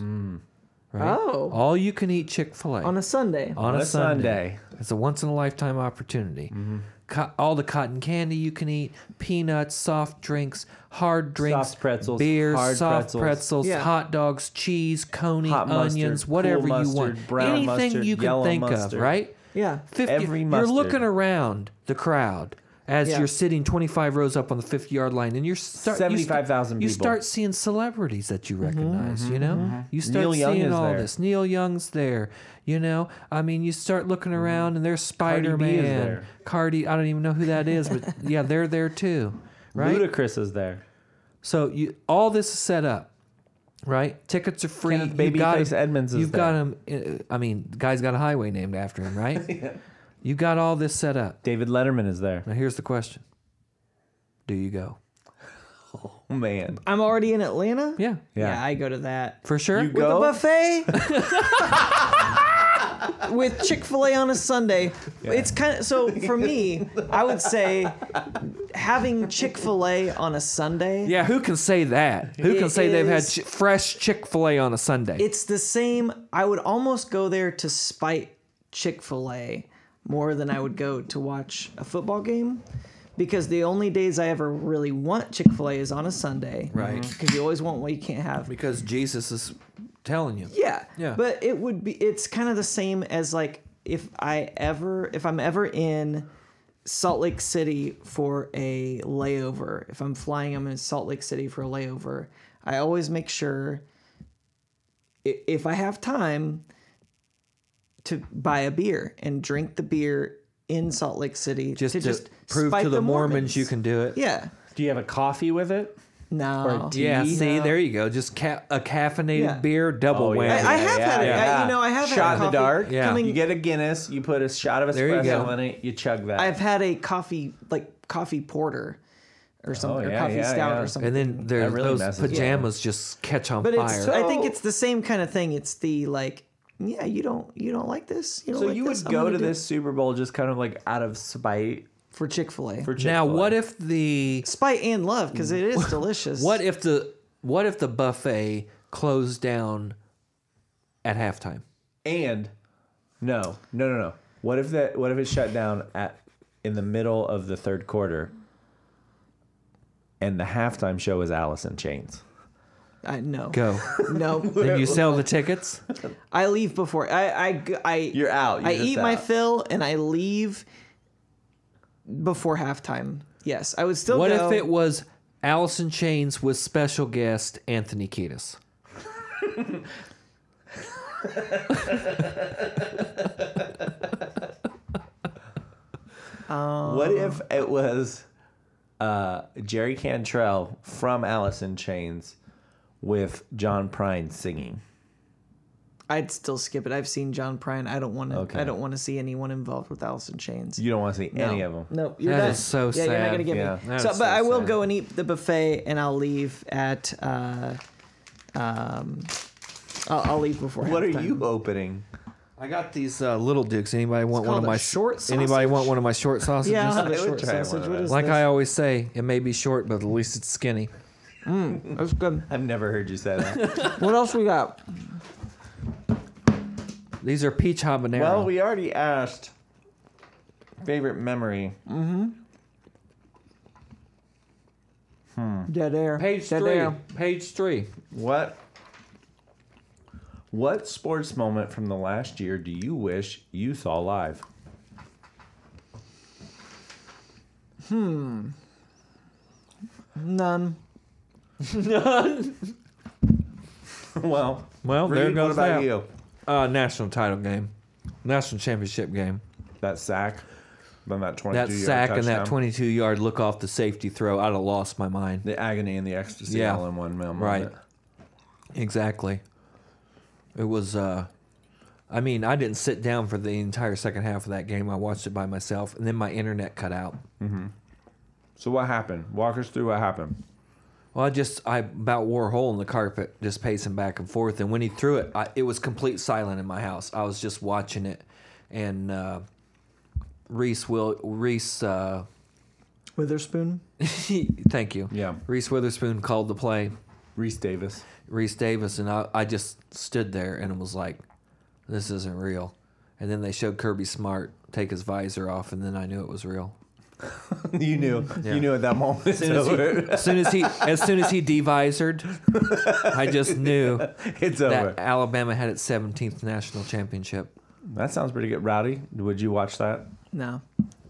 B: Right? Oh.
D: Oh.
B: All you can eat Chick fil A
D: on a Sunday.
B: on
A: On
B: a
A: a
B: Sunday.
A: Sunday. Mm-hmm.
B: It's a once in a lifetime opportunity. Co- all the cotton candy you can eat, peanuts, soft drinks, hard drinks,
A: Soft pretzels,
B: beers,
A: hard
B: soft pretzels,
A: pretzels.
D: Yeah.
B: hot dogs, cheese, coney,
A: Hot mustard,
B: onions,
A: cool
B: whatever you
A: mustard,
B: want,
A: brown
B: anything
A: mustard,
B: you can
A: yellow
B: think of,
A: mustard.
B: right?
D: Yeah.
B: 50,
A: Every
B: you're
A: mustard.
B: looking around the crowd as
D: Yeah.
B: you're sitting 25 rows up on the 50 yard line and you're start, you sta-
A: 75,000
B: you
A: people.
B: start seeing celebrities that you recognize you know you start
A: Neil Young
B: seeing
A: is
B: all
A: there.
B: this neil young's there you know i mean you start looking around and there's
A: B is
B: spider-man
A: there.
B: cardi i don't even know who that
A: [LAUGHS]
B: is but yeah they're there too right
A: Ludacris is there.
B: so you all this is set up, right? Tickets are free.
A: Kenneth
B: You've got
A: Babyface
B: him-
A: Edmonds is
B: You've got him. uh, I mean, the guy's got a highway named after
A: [LAUGHS]
B: him, right? You got all this set up.
A: David Letterman is there.
B: Now here's the question: Do you go?
A: Oh man,
D: I'm already in Atlanta.
B: Yeah,
D: Yeah,
A: Yeah.
D: I go to that.
B: for sure.
A: you go.
B: [LAUGHS]
D: The buffet [LAUGHS] with Chick Fil A on a Sunday. It's kind of so for me. I would say having Chick Fil A on a Sunday.
B: yeah, who can say that? Who can
D: It
B: say they've had
D: is-
B: chi- fresh Chick Fil A on a Sunday?
D: It's the same. I would almost go there to spite Chick Fil A more than I would go to watch a football game. Because the only days I ever really want Chick Fil A is on a Sunday,
B: Right.
D: Because you always want what you can't have.
B: because Jesus is telling you.
D: Yeah.
B: Yeah.
D: But it would be it's kind of the same as like if I ever if I'm ever in Salt Lake City for a layover, if I'm flying I'm in Salt Lake City for a layover, I always make sure i- if I have time to buy a beer and drink the beer in Salt Lake City
B: Just to,
D: just
B: prove
D: spite
B: to the, Mormons, you can do it. Oh,
D: Yeah.
A: Do you have a coffee with it?
D: No.
B: Yeah,
A: tea.
B: see, there you go. Just ca- a caffeinated
D: Yeah.
B: beer, double
A: Oh,
B: whammy.
A: yeah.
D: I, I have had it.
A: yeah.
D: I, you know, I have
A: Shot
D: had
A: in
D: coffee
A: the dark.
B: Yeah.
D: Coming,
A: You get a Guinness. You put a shot of
B: There you go.
A: espresso in it. You chug that.
D: I've had a coffee like coffee porter or something, or
A: Oh, yeah,
D: coffee
A: yeah,
D: stout
A: yeah.
D: or
A: And
D: something.
B: And then there,
A: really
B: those
A: messes with
B: pajamas just catch on
D: but
B: fire.
D: it's I think it's the same kind of thing. It's the like, yeah, you don't you don't like this. You don't
A: so
D: like
A: you
D: this?
A: would
D: I'm
A: go
D: gonna
A: to
D: do it
A: this Super Bowl just kind of like out of spite
D: for Chick Fil A
A: for
D: for
A: Chick-fil-A.
B: now, what if the
D: spite and love because it
A: [LAUGHS]
D: is delicious.
B: what if the what if the buffet closed down at halftime?
A: And no, no, no, no. What if that? What if it shut down at in the middle of the third quarter, and the halftime show is Alice in Chains?
D: I no
B: Go.
D: [LAUGHS] no.
B: then you sell the tickets.
D: I leave before I I g- I-
A: You're out. You're
D: I
A: just
D: eat my
A: out.
D: fill and I leave before halftime. Yes, I would still.
B: What
D: go.
B: if it was Allison Chains with special guest Anthony Kiedis?
A: What
D: Oh.
A: if it was uh, Jerry Cantrell from Alice in Chains with John Prine singing?
D: I'd still skip it. I've seen John Prine. I don't want to.
A: Okay.
D: I don't want to see anyone involved with Allison Chains.
A: You don't want to see any of them.
D: No, you're
B: That
D: done.
B: is so
D: yeah, You're not
B: sad.
D: gonna get
A: Yeah.
D: me.
B: That
D: So, but
B: is so
D: I will
B: sad.
D: go and eat the buffet, and I'll leave at uh, um, I'll, I'll leave before.
A: What are
D: halftime.
A: you opening?
B: I got these uh, little dukes. Anybody want one
D: called
B: of
D: a
B: my
D: short
B: Anybody
D: sausage.
B: want one of my
D: [LAUGHS]
B: short sausages?
D: Yeah, I'll have
A: I
D: a
A: would
D: short
A: try one
D: sausage.
A: of
D: What
A: those.
D: is
B: like
D: this?
B: I always say, it may be short, but at least it's skinny.
D: That's good.
A: I've never heard you say
D: [LAUGHS]
A: that.
D: What else we got?
B: These are peach habanero.
A: well, we already asked. Favorite memory.
D: Dead air.
B: page
D: Dead
B: three.
D: air.
B: Page three.
A: What what sports moment from the last year do you wish you saw live? [LAUGHS]
D: None.
A: well,
B: Well,
A: Reed,
B: there goes
A: what about
B: that.
A: you?
B: Uh, national title game, national championship game.
A: That sack, then that twenty-two
B: That
A: yard
B: sack and that
A: touchdown.
B: 22 yard look off the safety throw. I'd have lost my mind.
A: the agony and the ecstasy
B: Yeah.
A: all in one moment.
B: Right. Exactly. It was. Uh, I mean, I didn't sit down for the entire second half of that game. I watched it by myself, and then my internet cut out.
A: So what happened? Walk us through what happened.
B: Well, I just I about wore a hole in the carpet, just pacing back and forth. And when he threw it, I, it was complete silent in my house. I was just watching it, and uh, Reese will Reese. Uh, [LAUGHS]
D: Witherspoon.
B: thank you.
A: Yeah.
B: Reese Witherspoon called the play.
A: Reese Davis.
B: Reese Davis and I, I just stood there and was like, "This isn't real." And then they showed Kirby Smart take his visor off, and then I knew it was real.
A: [LAUGHS] you knew.
B: Yeah.
A: You knew at that moment. It's
B: As soon [LAUGHS] as he,
A: over.
B: as soon as he, as soon as he devisored, I just [LAUGHS] knew
A: it's over.
B: that Alabama had its 17th national championship.
A: That sounds pretty good. Rowdy, would you watch that?
D: No.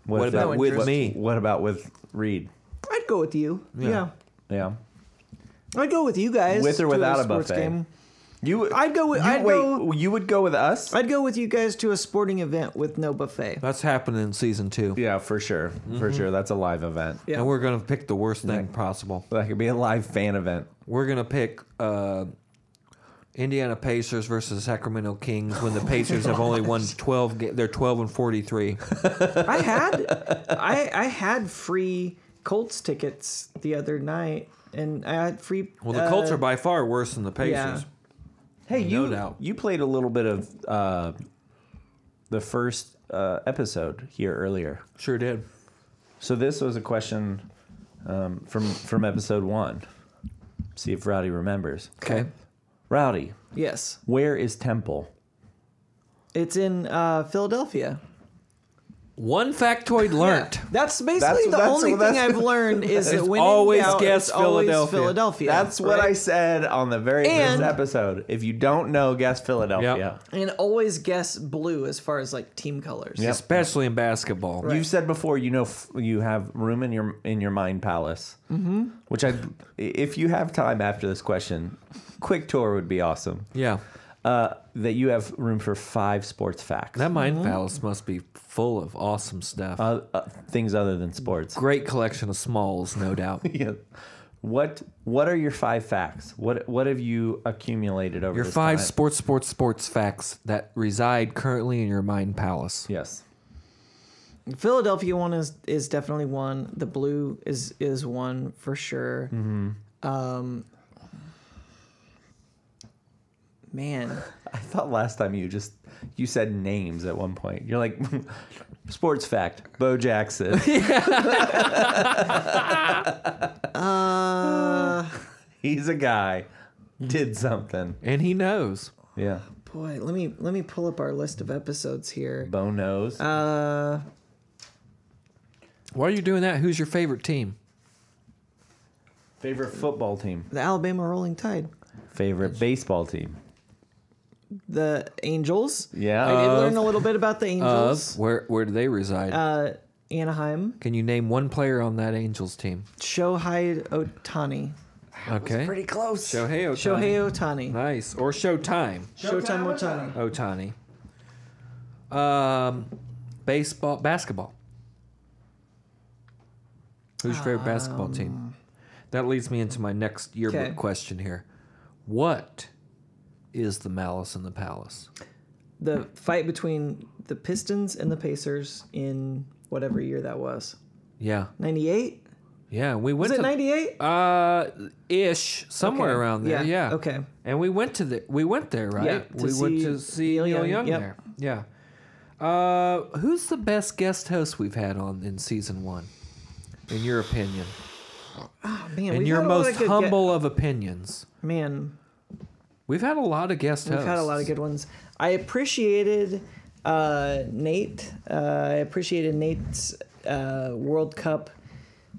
B: What
A: if
B: about
A: that-
B: with
A: what-
B: me?
A: What about with Reed?
D: I'd go with you. Yeah.
A: Yeah.
D: I'd go with you guys.
A: With or
D: to
A: without a
D: sports
A: buffet? You would.
D: I'd go with-
A: You,
D: I'd
A: wait,
D: go-
A: You would go with us?
D: I'd go with you guys to a sporting event with no buffet.
B: That's happening in season two,
A: yeah, for sure. For sure. That's a live event.
D: Yeah.
B: and we're gonna pick the worst thing possible.
A: That could be a live fan event.
B: We're gonna pick uh, Indiana Pacers versus Sacramento Kings when the Pacers have only [LAUGHS] won 12. Ga- they're 12 and 43.
D: I had I I had free Colts tickets the other night and I had free
B: Well, the
D: uh,
B: Colts are by far worse than the Pacers.
D: yeah.
A: Hey,
B: No
A: you
B: doubt.
A: you played a little bit of uh, the first uh, episode here earlier.
B: Sure did.
A: So this was a question um, from from episode one. See if Rowdy remembers.
B: Okay.
A: Rowdy,
D: uh, Yes.
A: where is Temple?
D: It's in uh, Philadelphia.
B: One factoid learnt.
D: Yeah. That's basically
A: That's-
D: the
A: that's-
D: only
A: that's-
D: thing I've learned is that when in
B: always
D: doubt,
B: guess
D: it's always
B: Philadelphia.
D: Philadelphia.
A: That's what I said on the very
D: And-
A: first episode. If you don't know, guess Philadelphia.
D: I and always guess blue as far as like team colors.
A: Yep.
B: Especially in basketball.
A: You've said before, you know, f- you have room in your in your mind palace. Mm-hmm. Which I, if you have time after this question, quick tour would be awesome.
B: Yeah.
A: Uh, that you have room for five sports facts,
B: That mind palace must be full of awesome stuff.
A: uh, uh, things other than
B: [LAUGHS]
A: sports.
B: Great collection of smalls,
A: [LAUGHS]
B: no doubt.
A: Yeah. What What are your five facts? What What have you accumulated over
B: Your
A: this
B: five
A: time?
B: sports, sports, sports facts that reside currently in your mind palace.
A: yes.
D: Philadelphia one is is definitely one. The blue is is one for sure. Um, man,
A: I thought last time you just you said names at one point. You're like [LAUGHS] sports fact, Bo
D: [LAUGHS]
A: Jackson. [LAUGHS]
D: Uh.
A: He's a guy. Did something.
B: And he knows.
A: Yeah.
D: boy, let me let me pull up our list of episodes here.
A: Bo knows.
D: Uh,
B: While you're doing that, who's your favorite team?
A: Favorite football team.
D: the Alabama Rolling Tide,
A: Favorite baseball team.
D: the Angels.
A: Yeah.
D: I did
A: Of-
D: learn a little bit about the
B: Of
D: Angels.
B: where where do they reside?
D: Uh, Anaheim,
B: Can you name one player on that Angels team?
D: Shohei Otani,
B: Okay.
A: Pretty close.
B: Shohei Otani.
D: Shohei Otani,
B: Nice. Or Showtime.
D: Showtime Otani,
B: Otani. Um, baseball, basketball. Who's your favorite basketball
D: Um,
B: team? That leads me into my next yearbook
D: 'Kay.
B: question here. What is the malice in the palace?
D: the fight between the Pistons and the Pacers in whatever year that was.
B: Yeah,
D: 98?
B: Yeah, we went
D: Was
B: to
D: it '98?
B: uh ish somewhere
D: Okay.
B: around there.
D: Yeah,
B: Yeah.
D: okay.
B: And we went to the we went there, right?
D: Yeah, to
B: we went
D: see
B: to see
D: Neil
B: Neil,
D: Young,
B: Young,
D: yep.
B: there. Yeah. Uh, who's the best guest host we've had on in season one, in your opinion?
D: Man,
B: In
D: we've
B: your
D: had a lot
B: most
D: of good ge-
B: humble of opinions,
D: man.
B: we've had a lot of guest
D: We've
B: hosts.
D: had a lot of good ones. I appreciated uh, Nate. Uh, I appreciated Nate's uh, World Cup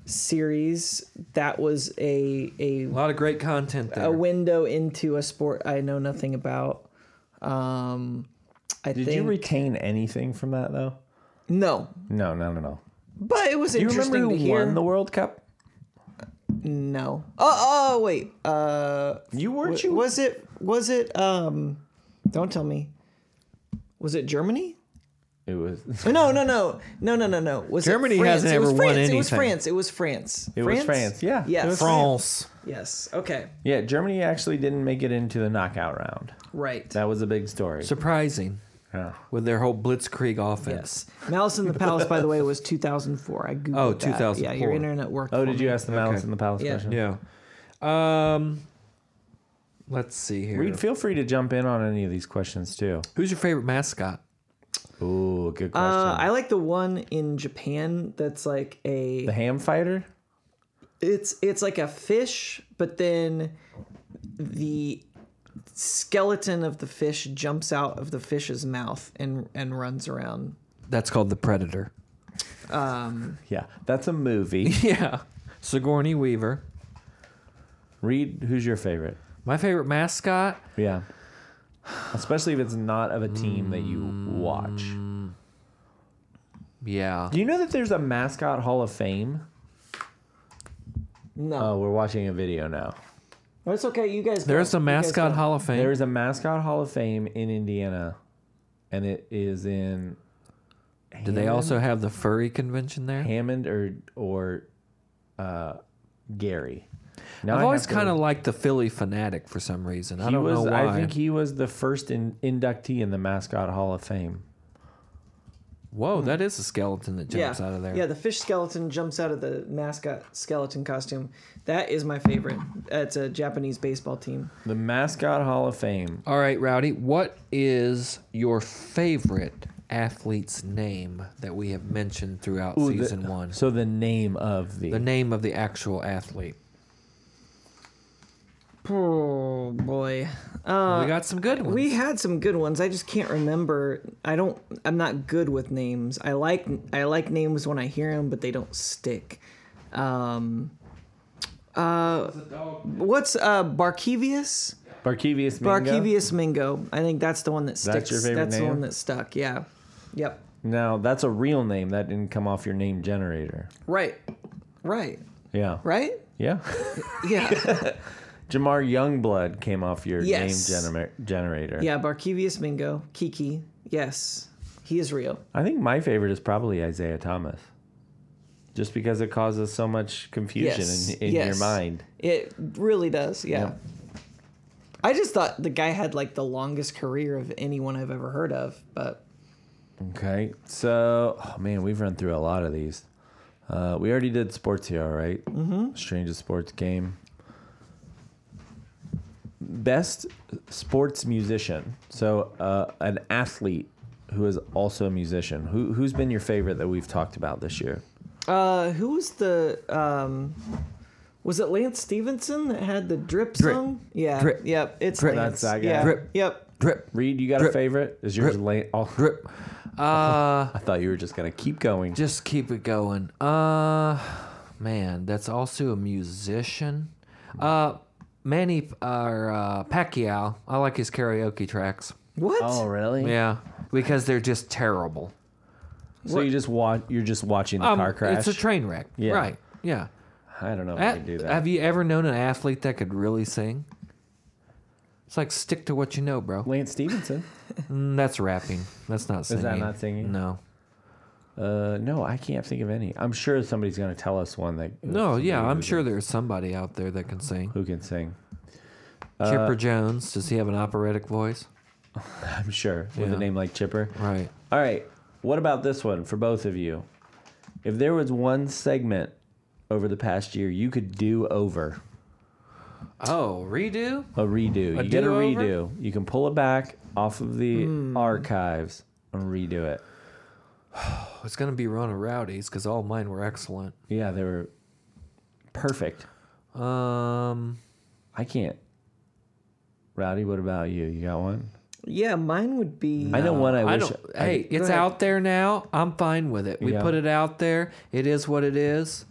D: series. That was a a
B: a lot of great content there.
D: a window into a sport I know nothing about. Um, I
A: Did
D: think
A: you retain anything from that though?
D: no,
A: No, no, no, no.
D: but it was
A: Do you
D: interesting
A: remember who
D: to hear.
A: won the World Cup?
D: no. Oh, oh, wait. Uh,
A: You weren't
D: w- was it? Was it? Um, don't tell me. Was it Germany?
A: It was. [LAUGHS]
D: Oh, No, no, no, no, no, no, no. Was
B: Germany
D: it France?
B: hasn't
D: it was
B: ever won
D: France. It was
B: anything.
D: France. It was France.
A: It was France, yeah.
D: Yes.
A: It was
B: France.
D: Yes. Okay.
A: Yeah, Germany actually didn't make it into the knockout round.
D: Right.
A: That was a big story.
B: Surprising
A: Yeah.
B: with their whole blitzkrieg offense.
D: yes. Malice in the Palace, by the way, was 2004. I googled
B: Oh,
D: that. Yeah,
B: 2004.
D: your internet worked.
A: Oh,
D: for
A: did
D: me.
A: you ask the Malice in the Palace
D: Yeah.
A: question?
B: Yeah. Um, let's see here.
A: Reed, feel free to jump in on any of these questions too.
B: Who's your favorite mascot?
A: Ooh, good question.
D: Uh, I like the one in Japan that's like a
A: the ham fighter?
D: it's it's like a fish, but then the skeleton of the fish jumps out of the fish's mouth and and runs around. Um,
B: That's called the Predator. [LAUGHS]
A: Yeah, that's a [LAUGHS] movie.
B: Yeah. Sigourney Weaver.
A: Reed, who's your favorite?
B: My favorite mascot.
A: Yeah. Especially if it's not of a team that you watch.
B: Yeah.
A: Do you know that there's a mascot Hall of Fame?
D: No,
A: Oh, we're watching a video now.
D: it's okay. You guys.
B: There's
D: go.
B: a
D: You guys
B: mascot
D: go.
B: Hall of Fame.
A: There is a mascot Hall of Fame in Indiana, and it is in
B: Do they also have the furry convention there?
A: Hammond or or uh, Gary. Now
B: I've
A: I
B: always
A: have to-
B: kind of liked the Philly fanatic for some reason. I
A: He
B: don't
A: was.
B: know why.
A: I think he was the first in, inductee in the mascot Hall of Fame.
B: Whoa,
A: Hmm.
B: that is a skeleton that jumps
D: yeah.
B: out of there.
D: Yeah, the fish skeleton jumps out of the mascot skeleton costume. That is my favorite. Uh, It's a Japanese baseball team.
A: The mascot Hall of Fame.
B: All right, Rowdy, what is your favorite athlete's name that we have mentioned throughout
A: Ooh, the-
B: season one?
A: So the name of the.
B: The name of the actual athlete.
D: Oh boy.
A: Uh,
B: we got some good ones.
D: We had some good ones. I just can't remember. I don't. I'm not good with names. I like I like names when I hear them, but they don't stick. Um, uh, what's uh Barkevius?
A: Barkevius Mingo.
D: Barkevius Mingo. I think that's the one that sticks.
A: That's your favorite
D: That's the
A: name?
D: one that stuck. Yeah. Yep.
A: Now that's a real name that didn't come off your name generator.
D: Right. Right.
A: Yeah.
D: Right.
A: Yeah. [LAUGHS]
D: Yeah.
A: Jamar Youngblood came off your
D: Yes.
A: name gener- generator.
D: yeah. Barkevius Mingo. Kiki. Yes. He is real.
A: I think my favorite is probably Isaiah Thomas. Just because it causes so much confusion
D: Yes,
A: in, in your
D: yes.
A: mind.
D: It really does, yeah. I just thought the guy had like the longest career of anyone I've ever heard of, but
A: Okay. So, oh man, we've run through a lot of these. Uh, we already did sports here, all right? Mm-hmm. Strangest sports game. Best sports musician. So, uh, an athlete who is also a musician. Who, who's been your favorite that we've talked about this year?
D: uh who was the um was it Lance Stevenson that had the drip,
B: Drip.
D: song? Yeah.
B: Drip.
D: Yep. It's
B: Drip.
D: Lance.
A: That's that guy.
D: Yeah.
B: Drip.
D: Yep.
B: Drip,
A: Reed, you got a
B: Drip.
A: favorite? Is yours
B: Drip.
A: late? Oh,
B: drip. Uh,
A: [LAUGHS] I thought you were just going to keep going.
B: just keep it going. Uh, man, that's also a musician. Uh, Manny or uh, Pacquiao. I like his karaoke tracks.
D: What?
A: really?
B: Yeah, because they're just terrible.
A: So you just watch. You're just watching the
B: Um,
A: car crash.
B: It's a train wreck.
A: Yeah.
B: Right. Yeah.
A: I don't know if I
B: At-
A: can do that.
B: Have you ever known an athlete that could really sing? It's like stick to what you know, bro.
A: Lance Stevenson.
B: Mm, that's rapping. That's not
A: that
B: singing.
A: not singing?
B: No.
A: Uh, no, I can't think of any. I'm sure somebody's gonna tell us one that.
B: No,
A: somebody
B: yeah, I'm
A: who-
B: sure there's somebody out there that can sing.
A: Who can sing? [LAUGHS] Uh,
B: Chipper Jones, does he have an operatic voice?
A: I'm sure with a
B: Yeah.
A: name like Chipper.
B: Right.
A: All right. What about this one for both of you? If there was one segment over the past year you could do over
B: Oh, redo?
A: a redo. you get a
B: do-over? Hmm.
A: redo. You can pull it back off of the archives and redo it.
B: Oh, it's gonna be Ron and Rowdy's because all mine were excellent.
A: Yeah, they were perfect.
B: Um,
A: I can't. Rowdy, what about you? You got one?
D: Yeah, mine would be.
A: I know one I,
B: I
A: wish.
B: don't. hey, it's
D: ahead.
B: out there now. I'm fine with it. We
A: Yeah.
B: put it out there. It is what it is.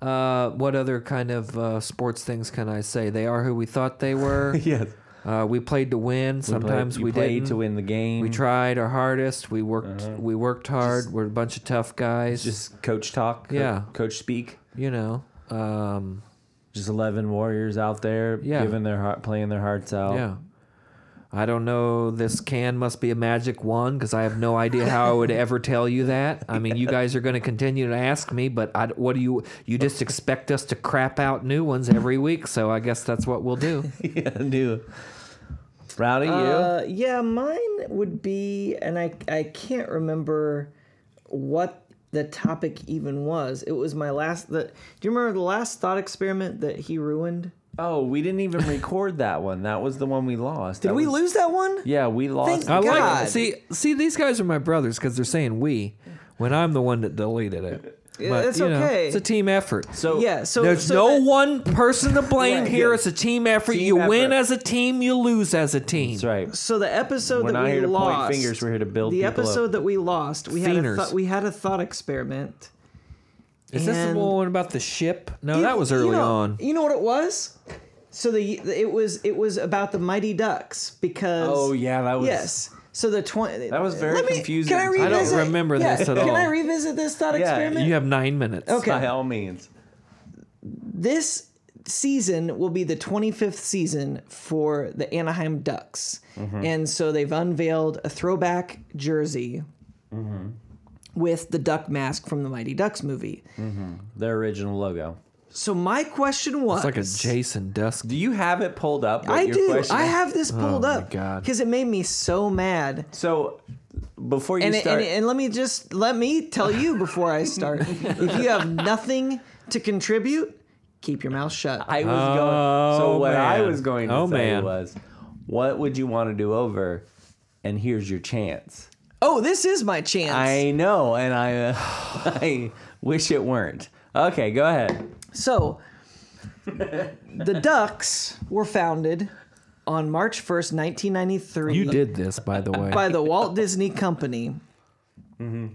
B: Uh, what other kind of uh, sports things can I say? They are who we
A: [LAUGHS]
B: thought they were.
A: [LAUGHS] yes.
B: uh, we played to win. Sometimes
A: you
B: we,
A: play
B: didn't.
A: to win the game.
B: We tried our hardest. We worked. We worked hard. we're a bunch of tough guys.
A: Just coach talk. co-
B: Yeah.
A: Coach speak.
B: you know. Um,
A: Just eleven warriors out there,
B: Yeah.
A: giving their heart, playing their hearts out.
B: Yeah. I don't know. This can must be a magic wand because I have no idea how I would ever tell you that. I mean, you guys are going to continue to ask me, but I, what do you? You just expect us to crap out new ones every week, so I guess that's what we'll
D: [LAUGHS]
B: do.
A: [LAUGHS] yeah, dude. Rowdy, you.
D: Uh, yeah, mine would be, and I I can't remember what the topic even was. It was my last. The, do you remember the last thought experiment that he ruined?
A: Oh, we didn't even record that one. That was the one we lost.
D: Did
A: That
D: we
A: was-
D: lose that one?
A: Yeah, we lost. Uh,
B: I
D: God.
B: like. See, see, these guys are my brothers because they're saying we, when I'm the one that deleted it.
D: Yeah,
B: But,
D: it's
B: you know,
D: okay.
B: it's a team effort.
A: So
D: yeah. So
B: There's
D: so
B: no
D: that-
B: one person to blame
D: Right.
B: here. It's a team effort.
A: Team
B: you win
A: effort.
B: as a team. You lose as a team.
A: That's right.
D: So the episode
A: We're
D: that
A: not
D: we
A: here to point
D: lost,
A: fingers, we're here to build
D: The
A: people up.
D: episode that we lost, we had a
B: Fienders.
D: thought, we had a thought experiment.
B: Is this the
D: And-
B: one about the ship? No,
D: You-
B: that was
D: you
B: early
D: know-
B: on.
D: You know what it was? So the it was it was about the Mighty Ducks because
A: Oh yeah, that was.
D: yes. So the twenty
A: That was very
D: Let me-
A: confusing.
D: Can I
A: I don't
D: revisit?
B: remember
D: yeah,
B: this at
D: Can
B: all.
D: I revisit this thought
A: Yeah,
D: experiment?
B: You have nine minutes.
D: Okay.
A: By all means.
D: This season will be the 25th season for the Anaheim Ducks.
B: Mm-hmm.
D: And so they've unveiled a throwback jersey
B: Mm-hmm.
D: with the duck mask from the Mighty Ducks movie.
B: Mm-hmm.
A: Their original logo.
D: So my question
B: It's
D: was
B: like a Jason Dusk.
A: Do you have it pulled up? what
D: I
A: your
D: do.
A: question
D: I
A: is?
D: have this pulled
B: Oh my
D: up
B: God.
D: because it made me so mad.
A: So before you
D: And, it,
A: start,
D: and, it- and let me just let me tell you before
A: [LAUGHS]
D: I start. if you have nothing to contribute, keep your mouth shut.
A: I was going. So
B: Oh,
A: what I
B: man.
A: was going to
B: Oh,
A: say
B: man.
A: was, what would you want to do over? And here's your chance.
D: oh, this is my chance.
A: I know, and I, uh,
B: [SIGHS]
A: [LAUGHS] I wish it weren't. Okay, go ahead.
D: So, the Ducks were founded on March 1st, 1993
B: You did this, by the way.
A: [LAUGHS]
D: by the Walt Disney Company
A: Mm-hmm.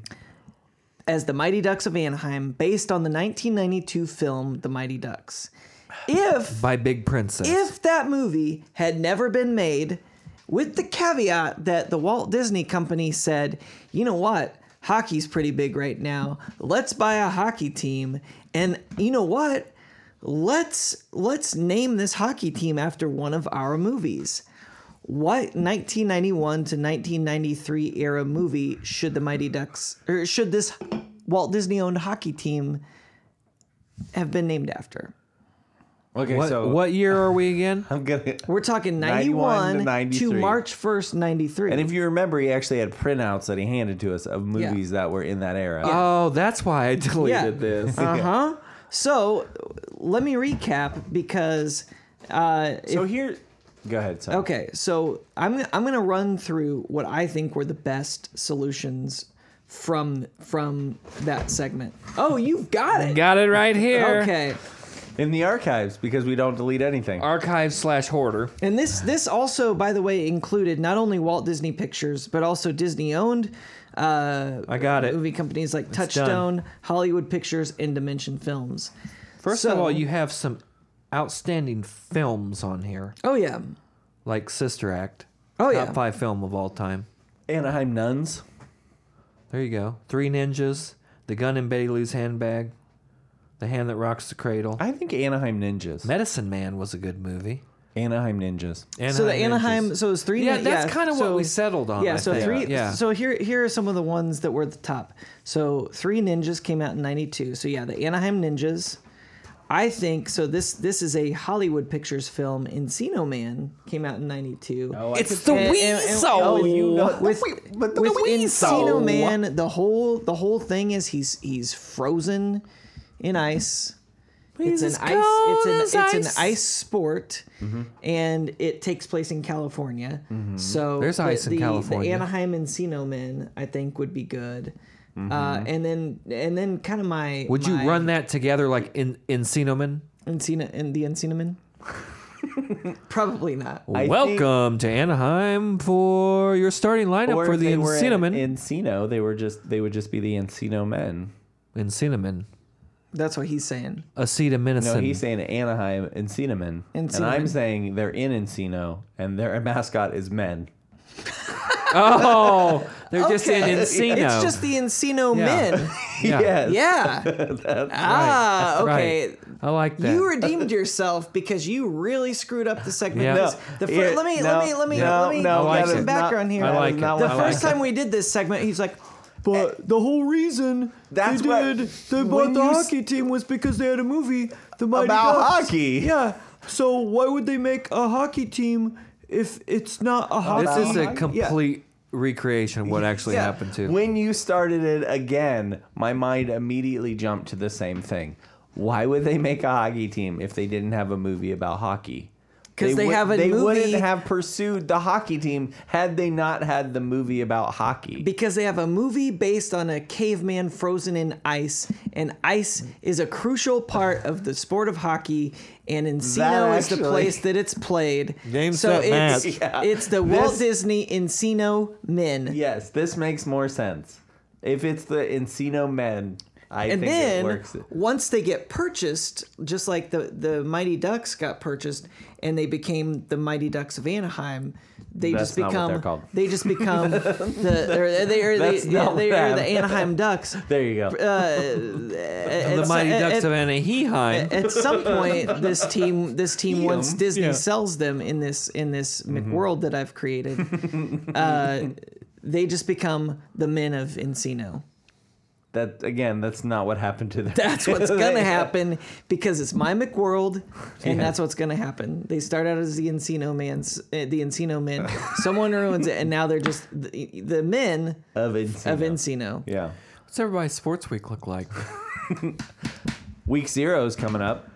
D: as the Mighty Ducks of Anaheim, based on the 1992 film The Mighty Ducks. If
B: by Big Princess.
D: if that movie had never been made, with the caveat that the Walt Disney Company said, you know what? Hockey's pretty big right now. Let's buy a hockey team. And you know what? Let's let's name this hockey team after one of our movies. What 1991 to 1993 era movie should the Mighty Ducks or should this Walt Disney owned hockey team have been named after?
A: Okay,
B: what,
A: so
B: what year are we
D: [LAUGHS]
B: again?
A: I'm gonna.
B: [LAUGHS]
A: [LAUGHS]
D: We're talking
A: 91 to
D: 91, to,
A: 93.
D: March 1st, 93.
A: And if you remember, he actually had printouts that he handed to us of movies that were in that era.
B: Oh, that's why I deleted
D: Yeah. [LAUGHS]
B: this.
D: uh huh. So let me recap because. Uh,
A: so here, go ahead. Son.
D: okay, so I'm, I'm going to run through what I think were the best solutions from from that segment. Oh, you've got it.
B: Got it right here.
D: Okay.
A: In the archives because we don't delete anything.
B: Archive slash hoarder.
D: And this this also, by the way, included not only Walt Disney Pictures but also Disney owned uh,
B: I got it.
D: movie companies like Touchstone, Hollywood Pictures, and Dimension Films.
B: First of
D: So-
B: all, you have some outstanding films on here,
D: Oh yeah,
B: like Sister Act.
D: Oh,
B: top
D: yeah.
B: five film of all time.
A: Anaheim nuns.
B: There you go. Three Ninjas, The Gun in Betty Lou's Handbag, The Hand That Rocks the Cradle.
A: I think Anaheim ninjas.
B: Medicine Man was a good movie.
A: Anaheim ninjas.
D: so the Anaheim,
B: Ninjas.
D: so it's three.
B: Yeah,
D: ni-
B: that's kinda what we settled on,
D: Yeah,
B: I
D: so
B: think.
D: three.
B: Yeah.
D: So here, here are some of the ones that were at the top. So three ninjas came out in '92. So yeah, the Anaheim Ninjas. I think so. This this is a Hollywood Pictures film. Encino Man came out in '92.
B: It's the
D: And- and- and- oh, you know- with,
A: but the
D: with
A: Weasel.
D: Encino Man, the whole the whole thing is he's he's frozen in ice.
B: He's
D: It's an
B: as
D: ice. It's an
B: cold
D: it's
B: as
D: an
B: ice.
D: ice sport,
B: Mm-hmm.
D: and it takes place in California. So
B: There's
D: the-
B: ice in
D: the-
B: California.
D: The Anaheim Encino Men, I think, would be good. Uh, and then and then kind of my
B: Mm-hmm. Would you
D: my
B: run that together like in Encino Man?
D: Encino and the
B: [LAUGHS]
D: Encino Men? Probably not.
A: I
B: Welcome to Anaheim for your starting lineup
A: Or
B: for
A: if
B: the
A: they were in
B: Encino Man.
A: Encino, they were just they would just be the Encino men.
B: Encino Man.
D: That's what he's saying.
A: No,
B: Acetaminophen.
D: [LAUGHS]
A: he's saying Anaheim Encino men, and
D: Encino
A: I'm
D: men.
A: saying they're in Encino, and their [LAUGHS] mascot is men.
B: oh, they're just in
D: Okay.
B: Encino.
D: It's just the Encino
B: Yeah. [LAUGHS]
D: Men.
B: Yeah.
A: yes,
D: Yeah.
A: [LAUGHS] That's
D: ah. Okay.
B: I like that.
D: You redeemed yourself because you really screwed up the segment.
B: Yeah.
A: No,
D: The fir-
A: yeah,
D: let me
A: no,
D: let me let me
A: no,
D: let me
A: no,
B: I like
D: give
B: it.
D: some background here.
B: I
A: That
B: like
A: is
B: it.
A: not
D: the
A: what I
D: first
A: like.
D: time we did this segment, he's like,
C: But the whole reason
A: That's
C: they
A: what-
C: did they
A: when
C: bought the
A: you s-
C: hockey team was because they had a movie, The Mighty
A: About
C: Ducks.
D: [LAUGHS]
A: hockey.
C: Yeah. So why would they make a hockey team if it's not
D: Uh-huh.
C: a
A: uh-huh.
C: hockey?
B: this is
C: team?
B: a complete recreation of what actually happened to.
A: When you started it again, my mind immediately jumped to the same thing. Why would they make a hockey team if they didn't have a movie about hockey?
D: 'Cause they
A: would-
D: have a
A: They
D: movie-
A: wouldn't have pursued the hockey team had they not had the movie about hockey.
D: because they have a movie based on a caveman frozen in ice, and ice is a crucial part of the sport of hockey, and Encino
A: That
D: is the
A: actually-
D: place that it's played.
B: Game,
D: so
B: set, match.
D: it's,
A: Yeah.
D: it's the Walt
A: This-
D: Disney Encino Men.
A: yes, this makes more sense. If it's the Encino Men, I
D: and
A: think
D: then
A: it works.
D: once they get purchased, just like the the Mighty Ducks got purchased and they became the Mighty Ducks of Anaheim, they
A: That's
D: just
A: not what
D: become
A: they're called.
D: they just
A: [LAUGHS]
D: become the they're, they're,
A: That's
D: the,
A: not
D: they
A: what
D: are the
A: happened.
D: Anaheim
A: [LAUGHS]
D: Ducks. Uh,
A: There you go.
B: the Mighty Ducks of Anaheim.
D: At some point, this team, this team, once Disney
B: Yeah.
D: sells them in this in this
A: Mm-hmm.
D: McWorld that
A: [LAUGHS]
D: I've created, uh, they just become the men of Encino.
A: that again, that's not what happened to them. [LAUGHS]
D: That's what's gonna happen because it's my McWorld, and that's what's gonna happen. They start out as the Encino Man's, uh, the Encino
A: [LAUGHS]
D: Men. Someone ruins it, and now they're just the, the men
A: of Encino.
D: of Encino.
A: Yeah.
B: What's everybody's sports week look like?
A: Week zero is coming up.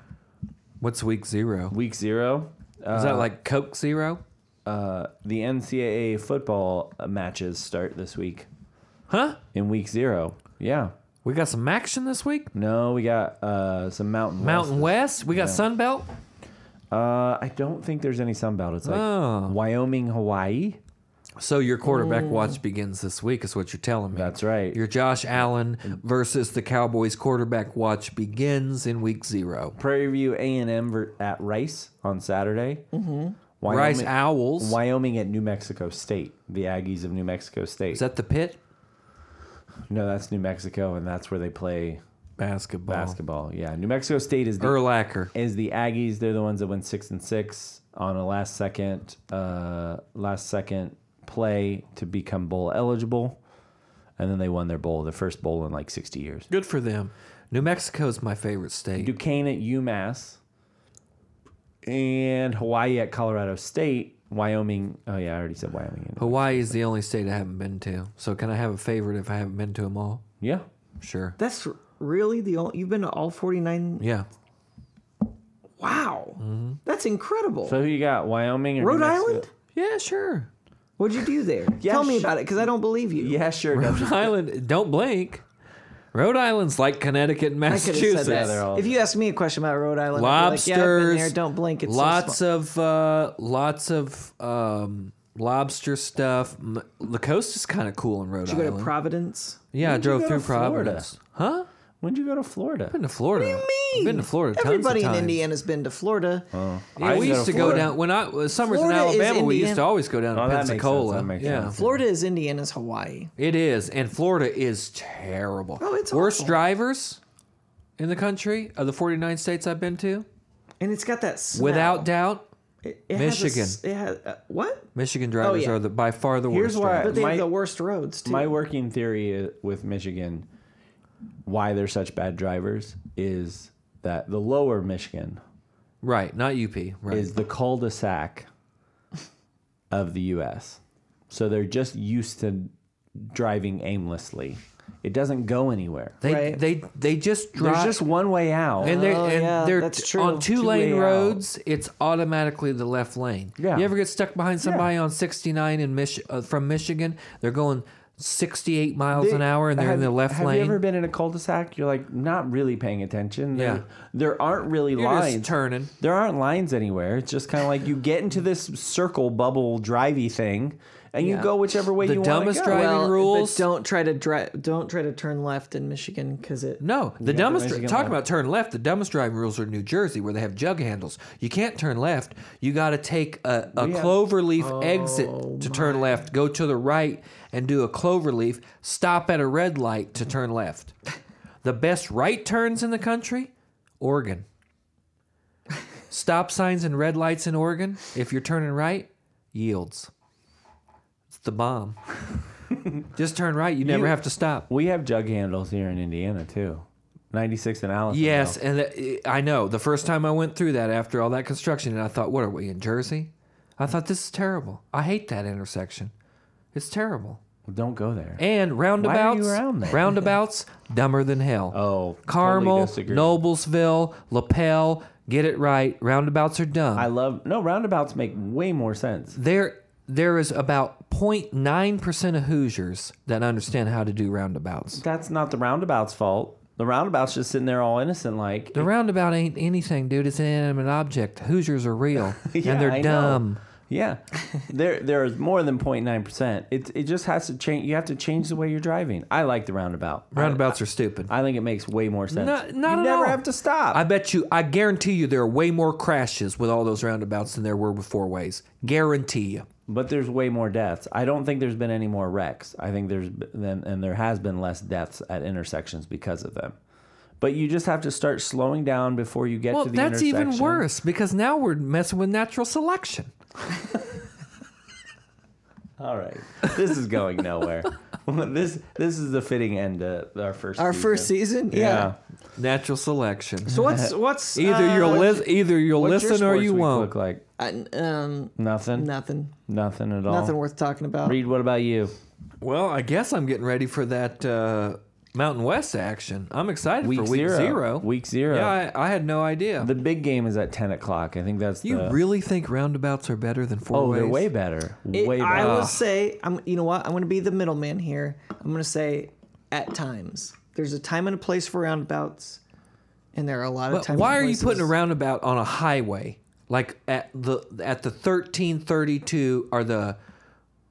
B: What's week zero?
A: Week zero.
B: Is that like Coke Zero?
A: uh, the NCAA football uh, matches start this week
B: Huh?
A: in week zero. Yeah.
B: We got some action this week.
A: No, we got uh, some Mountain
B: Mountain West. We got Sun Sunbelt.
A: Uh, I don't think there's any Sunbelt. It's like
B: Oh.
A: Wyoming, Hawaii.
B: So your quarterback watch begins this week, is what you're telling me.
A: That's right.
B: Your Josh Allen versus the Cowboys quarterback watch begins in week zero.
A: Prairie View A&M ver- at Rice on Saturday. Mm-hmm. Wyoming,
B: Rice Owls.
A: Wyoming at New Mexico State. The Aggies of New Mexico State.
B: Is that the pit?
A: no, that's New Mexico, and that's where they
D: Oh.
A: play
B: Basketball.
A: basketball. Yeah, New Mexico State is the
B: Erlacher.
A: is the Aggies. They're the ones that went six and six on a last second, uh, last second play to become bowl eligible, and then they won their bowl, their first bowl in like sixty years.
B: Good for them. New Mexico is my favorite state.
A: Duquesne at UMass, and Hawaii at Colorado State. Wyoming. Oh yeah, I already said Wyoming.
B: Hawaii is the only state I haven't been to. So can I have a favorite if I haven't been to them all?
A: Yeah,
B: Sure.
D: That's really the only you've been to all forty nine.
B: Yeah.
D: Wow, that's incredible.
A: Mm-hmm. so who you got? Wyoming or New
D: Rhode
A: Mexico?
D: Island?
B: Yeah, sure. [LAUGHS]
D: What'd you do there?
A: Yeah,
D: Tell me
A: sh-
D: about it because I don't believe you.
A: Yeah, sure.
B: Rhode Island, don't blink. Rhode Island's like Connecticut and
D: [LAUGHS] I could have
B: Massachusetts.
D: said
A: they're all-
D: that. If you ask me a question about Rhode Island, I'd be like, yeah, I've been
B: Lobsters.
D: there. Don't blink. It's so
B: lots
D: small."
B: of uh, lots of um, lobster stuff. M- The coast is kind of cool in Rhode
D: Did you
B: Island.
D: go to Providence?
B: yeah, I
A: When'd you
B: drove
A: go to
B: through
A: Florida?
B: Providence. Huh?
A: When'd you go to Florida?
B: Been to Florida. What do you mean? Been to Florida. tons of
D: Everybody in
B: times.
D: Indiana's been to Florida.
A: Oh,
B: Yeah,
A: I
B: we
A: go
B: used
A: to
B: to go
A: Florida.
B: down when I uh, summers
D: Florida
B: in
D: is
B: Alabama. We used
D: Indiana-
B: to always go down to
A: Oh, that makes sense.
B: Pensacola.
A: That makes
B: yeah,
A: sense.
D: Florida is Indiana's Hawaii.
B: it is, and Florida is terrible.
D: Oh, it's
B: worst
D: awful.
B: drivers in the country of the 49 states I've been to,
D: And it's got that smell.
B: without doubt.
D: It- it has a
B: Michigan.
D: s- it has, uh, what?
B: Michigan drivers
D: yeah.
B: are the, by far the
A: Here's
B: worst.
A: why-
B: drivers.
D: But they
A: My-
D: have the worst roads, too.
A: My working theory i- with Michigan, why they're such bad drivers, is that the lower Michigan
B: Right, not UP. Right.
A: is the cul-de-sac of the U.S. So they're just used to driving aimlessly. It doesn't go anywhere.
B: They
D: Right.
B: they they just
A: There's
B: drive
A: just one way out.
B: and they're,
D: Oh,
B: and
D: yeah,
B: they're
D: that's
B: t-
D: true.
B: on two,
A: Two-way
B: lane
A: out.
B: roads. It's automatically the left lane.
A: Yeah.
B: You ever get stuck behind somebody on 69 in Mich- uh, from Michigan? They're going 68 miles an hour and they're in
A: Have-
B: the left
A: have
B: lane.
A: you ever been in a cul-de-sac? You're like not really paying attention. There,
B: Yeah.
A: there aren't really
B: You're just
A: lines.
B: turning.
A: There aren't lines anywhere. It's just kind of like you get into this circle bubble drivey thing, and you
D: Yeah.
A: go whichever way
B: The
A: you want.
B: dumbest
A: go.
B: drive- Driving
D: well,
B: rules?
D: But don't try to drive. Don't try to turn left in Michigan because it.
B: no, the
A: the
B: dumbest.
A: Michigan
B: Talk
A: left.
B: about turn left. The dumbest driving rules are in New Jersey, where they have jug handles. You can't turn left. You got to take a, a
A: have-
B: clover leaf exit to turn left. Go to the right and do a clover leaf. Stop at a red light to turn [LAUGHS] left. The best right turns in the country, Oregon. Stop signs and red lights in Oregon. If you're turning right, yields. It's the [LAUGHS] bomb. Just turn right. You never
A: You-
B: have to stop.
A: We have jug handles here in Indiana too. 96 and Allison.
B: Yes, and it- I know. The first time I went through that after all that construction, and I thought, "What are we in Jersey?" I thought this is terrible. I hate that intersection. It's terrible.
A: Don't go there.
B: And roundabouts,
A: are you around there? [LAUGHS]
B: roundabouts, dumber than hell.
A: Oh, totally
B: Carmel,
A: disagree.
B: Noblesville, Lapel, get it right. Roundabouts are dumb.
A: I love no roundabouts make way more sense.
B: there, there is about 09 percent of Hoosiers that understand how to do roundabouts.
A: That's not the roundabout's fault. The roundabout's just sitting there all innocent like.
B: The roundabout ain't anything, dude. It's an inanimate object. Hoosiers are real,
A: [LAUGHS] [LAUGHS] Yeah,
B: and they're
A: I know.
B: dumb.
A: Yeah, there there is more than 0.9 percent. It it just has to change. You have to change the way you're driving. I like the roundabout.
B: Roundabouts are stupid.
A: I think it makes way more sense.
B: Not, not
A: you
B: at
A: never
B: all.
A: have to stop.
B: I bet you. I guarantee you, there are way more crashes with all those roundabouts than there were with four ways. Guarantee you.
A: but there's way more deaths. I don't think there's been any more wrecks. I think there's been, and- and there has been less deaths at intersections because of them. But you just have to start slowing down before you get
B: Well,
A: to the
B: that's
A: intersection.
B: even worse because now we're messing with natural selection.
A: All right, this is going nowhere. [LAUGHS] this this is the fitting end to our first
D: Our
A: season.
D: first season. Yeah.
A: Yeah.
B: Natural selection. [LAUGHS]
D: So what's what's
B: either
D: uh,
B: you'll
D: what-
B: lis- either you'll
A: What's your
B: listen or
A: sports
B: you
A: week
B: won't.
A: Look like
D: I- um
A: nothing,
D: nothing
A: nothing
B: Oh.
A: at all.
D: nothing worth talking about.
A: Reed, what about you?
B: Well, I guess I'm getting ready for that uh, Mountain West action. I'm excited
A: Week
B: for week
A: zero.
B: zero.
A: Week zero.
B: Yeah, I, I had no idea.
A: The big game is at ten o'clock. I think that's
B: you
A: the,
B: really think roundabouts are better than four
A: Oh,
B: ways?
A: they're way better.
D: It-
A: way better.
D: I will say, I'm. You know what? I'm going to be the middleman here. I'm going to say, at times, there's a time and a place for roundabouts, and there are a lot of
B: But
D: times.
B: why
D: and
B: are you
D: places-
B: putting a roundabout on a highway? Like at the at the thirteen thirty two or the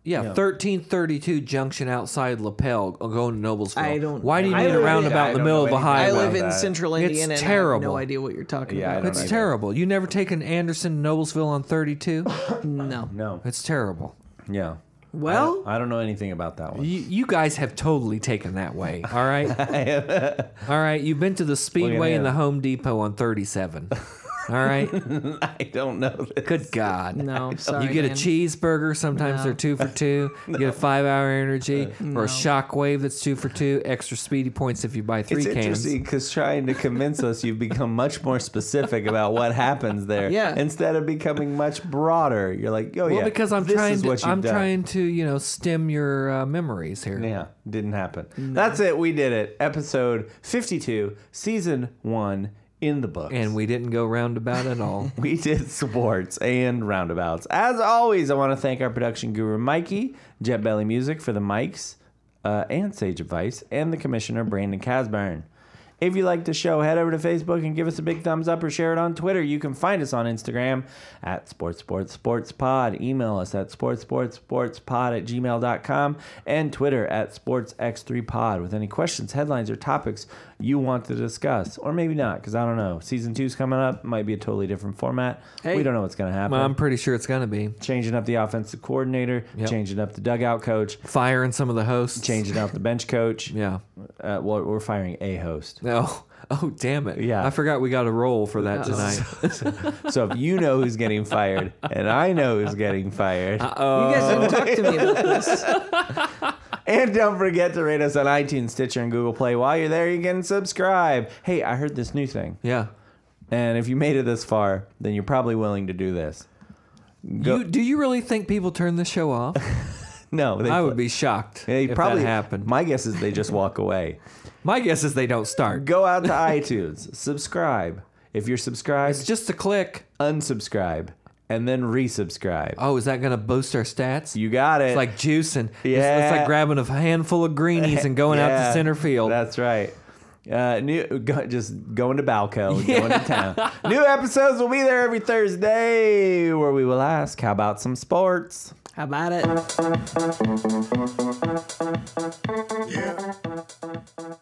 B: yeah thirteen thirty two junction outside Lapel uh, going to Noblesville.
D: I don't-
B: Why do you
D: I
B: need a
D: live-
A: I
B: roundabout in the
A: don't
B: middle
A: know
B: of a
A: anything
B: highway?
D: I
A: about
D: live in
A: that?
D: Central
B: It's
D: Indiana. and I have
B: terrible.
D: no idea what you're talking
A: Yeah, I
D: about.
A: don't
B: it's
A: either.
B: terrible. You never take an Anderson Noblesville on thirty two.
D: No.
A: no.
B: It's terrible.
A: Yeah.
D: Well,
A: I don't know anything about that
B: [LAUGHS]
A: one.
B: You, you guys have totally taken that way. All
D: [LAUGHS]
B: right. all right. You've been to the Speedway
A: him.
B: and the Home Depot on thirty seven. All right.
A: I don't know. This.
B: Good God. [LAUGHS]
D: no. Sorry,
B: you get
D: man.
B: a cheeseburger. Sometimes
D: No.
B: they're two
A: [LAUGHS]
B: for two. You get a five-hour
A: Uh,
B: energy or a shockwave that's two for two. Extra speedy points if you buy three
A: It's
B: cans.
A: interesting because trying to convince us, you've become much more specific about what happens there.
D: Yeah.
A: Instead of becoming much broader, you're like, oh
B: Well,
A: yeah,
B: because I'm
A: this
B: trying.
A: Is
B: To,
A: what you've
B: I'm
A: done.
B: trying to you know stem your uh, memories here.
A: Yeah, didn't happen.
B: Mm.
A: That's it. We did it. Episode 52, season one, in the books.
B: And we didn't go roundabout
A: [LAUGHS]
B: at all.
A: We did sports and roundabouts. As always, I want to thank our production guru, Mikey, Jet Belly Music for the mics uh, and sage advice, and the commissioner, Brandon Casburn. If you like the show, head over to Facebook and give us a big thumbs up or share it on Twitter. You can find us on Instagram at sports sports sports pod. Email us at sports sports sports pod at gmail.com and Twitter at sportsx3pod with any questions, headlines, or topics you want to discuss. Or maybe not, because I don't know. Season two's coming up. Might be a totally different format. we don't know what's going to happen.
B: Well, I'm pretty sure it's gonna be
A: changing up the offensive coordinator,
B: Yep.
A: changing up the dugout coach,
B: firing some of the hosts.
A: changing out the bench
B: [LAUGHS]
A: coach.
B: Yeah.
A: Uh, well, we're firing a host.
B: No. [LAUGHS] Oh damn it.
A: Yeah.
B: I forgot we got a roll for
A: [LAUGHS]
B: that tonight.
A: So if you know who's getting fired and I know who's getting fired,
D: You guys didn't talk to me about this.
A: and don't forget to rate us on iTunes, Stitcher, and Google Play. While you're there, you can subscribe. Hey, I heard this new thing.
B: yeah.
A: And if you made it this far, then you're probably willing to do this. [LAUGHS] Go-
B: You, do you really think people turn the show off?
A: no, [LAUGHS] they
B: I
A: pl-
B: would be
A: [LAUGHS]
B: shocked
A: They
B: if
A: probably
B: that happened.
A: My guess is they just walk
B: [LAUGHS]
A: away.
B: My guess is they don't start.
A: Go out to iTunes, subscribe. If you're subscribed,
B: It's just a click.
A: unsubscribe and then resubscribe.
B: Oh, is that going to boost our stats?
A: You got it.
B: It's like juicing. It's- It's,
A: Yeah.
B: like grabbing a handful of greenies and going out
A: [LAUGHS] Yeah,
B: to center field.
A: That's right. Uh, new, [LAUGHS] go, just going to
B: [LAUGHS]
A: Balco, going to town. New episodes will be there every Thursday, where we will ask, "How about some sports?"
D: How about it?
E: Yeah.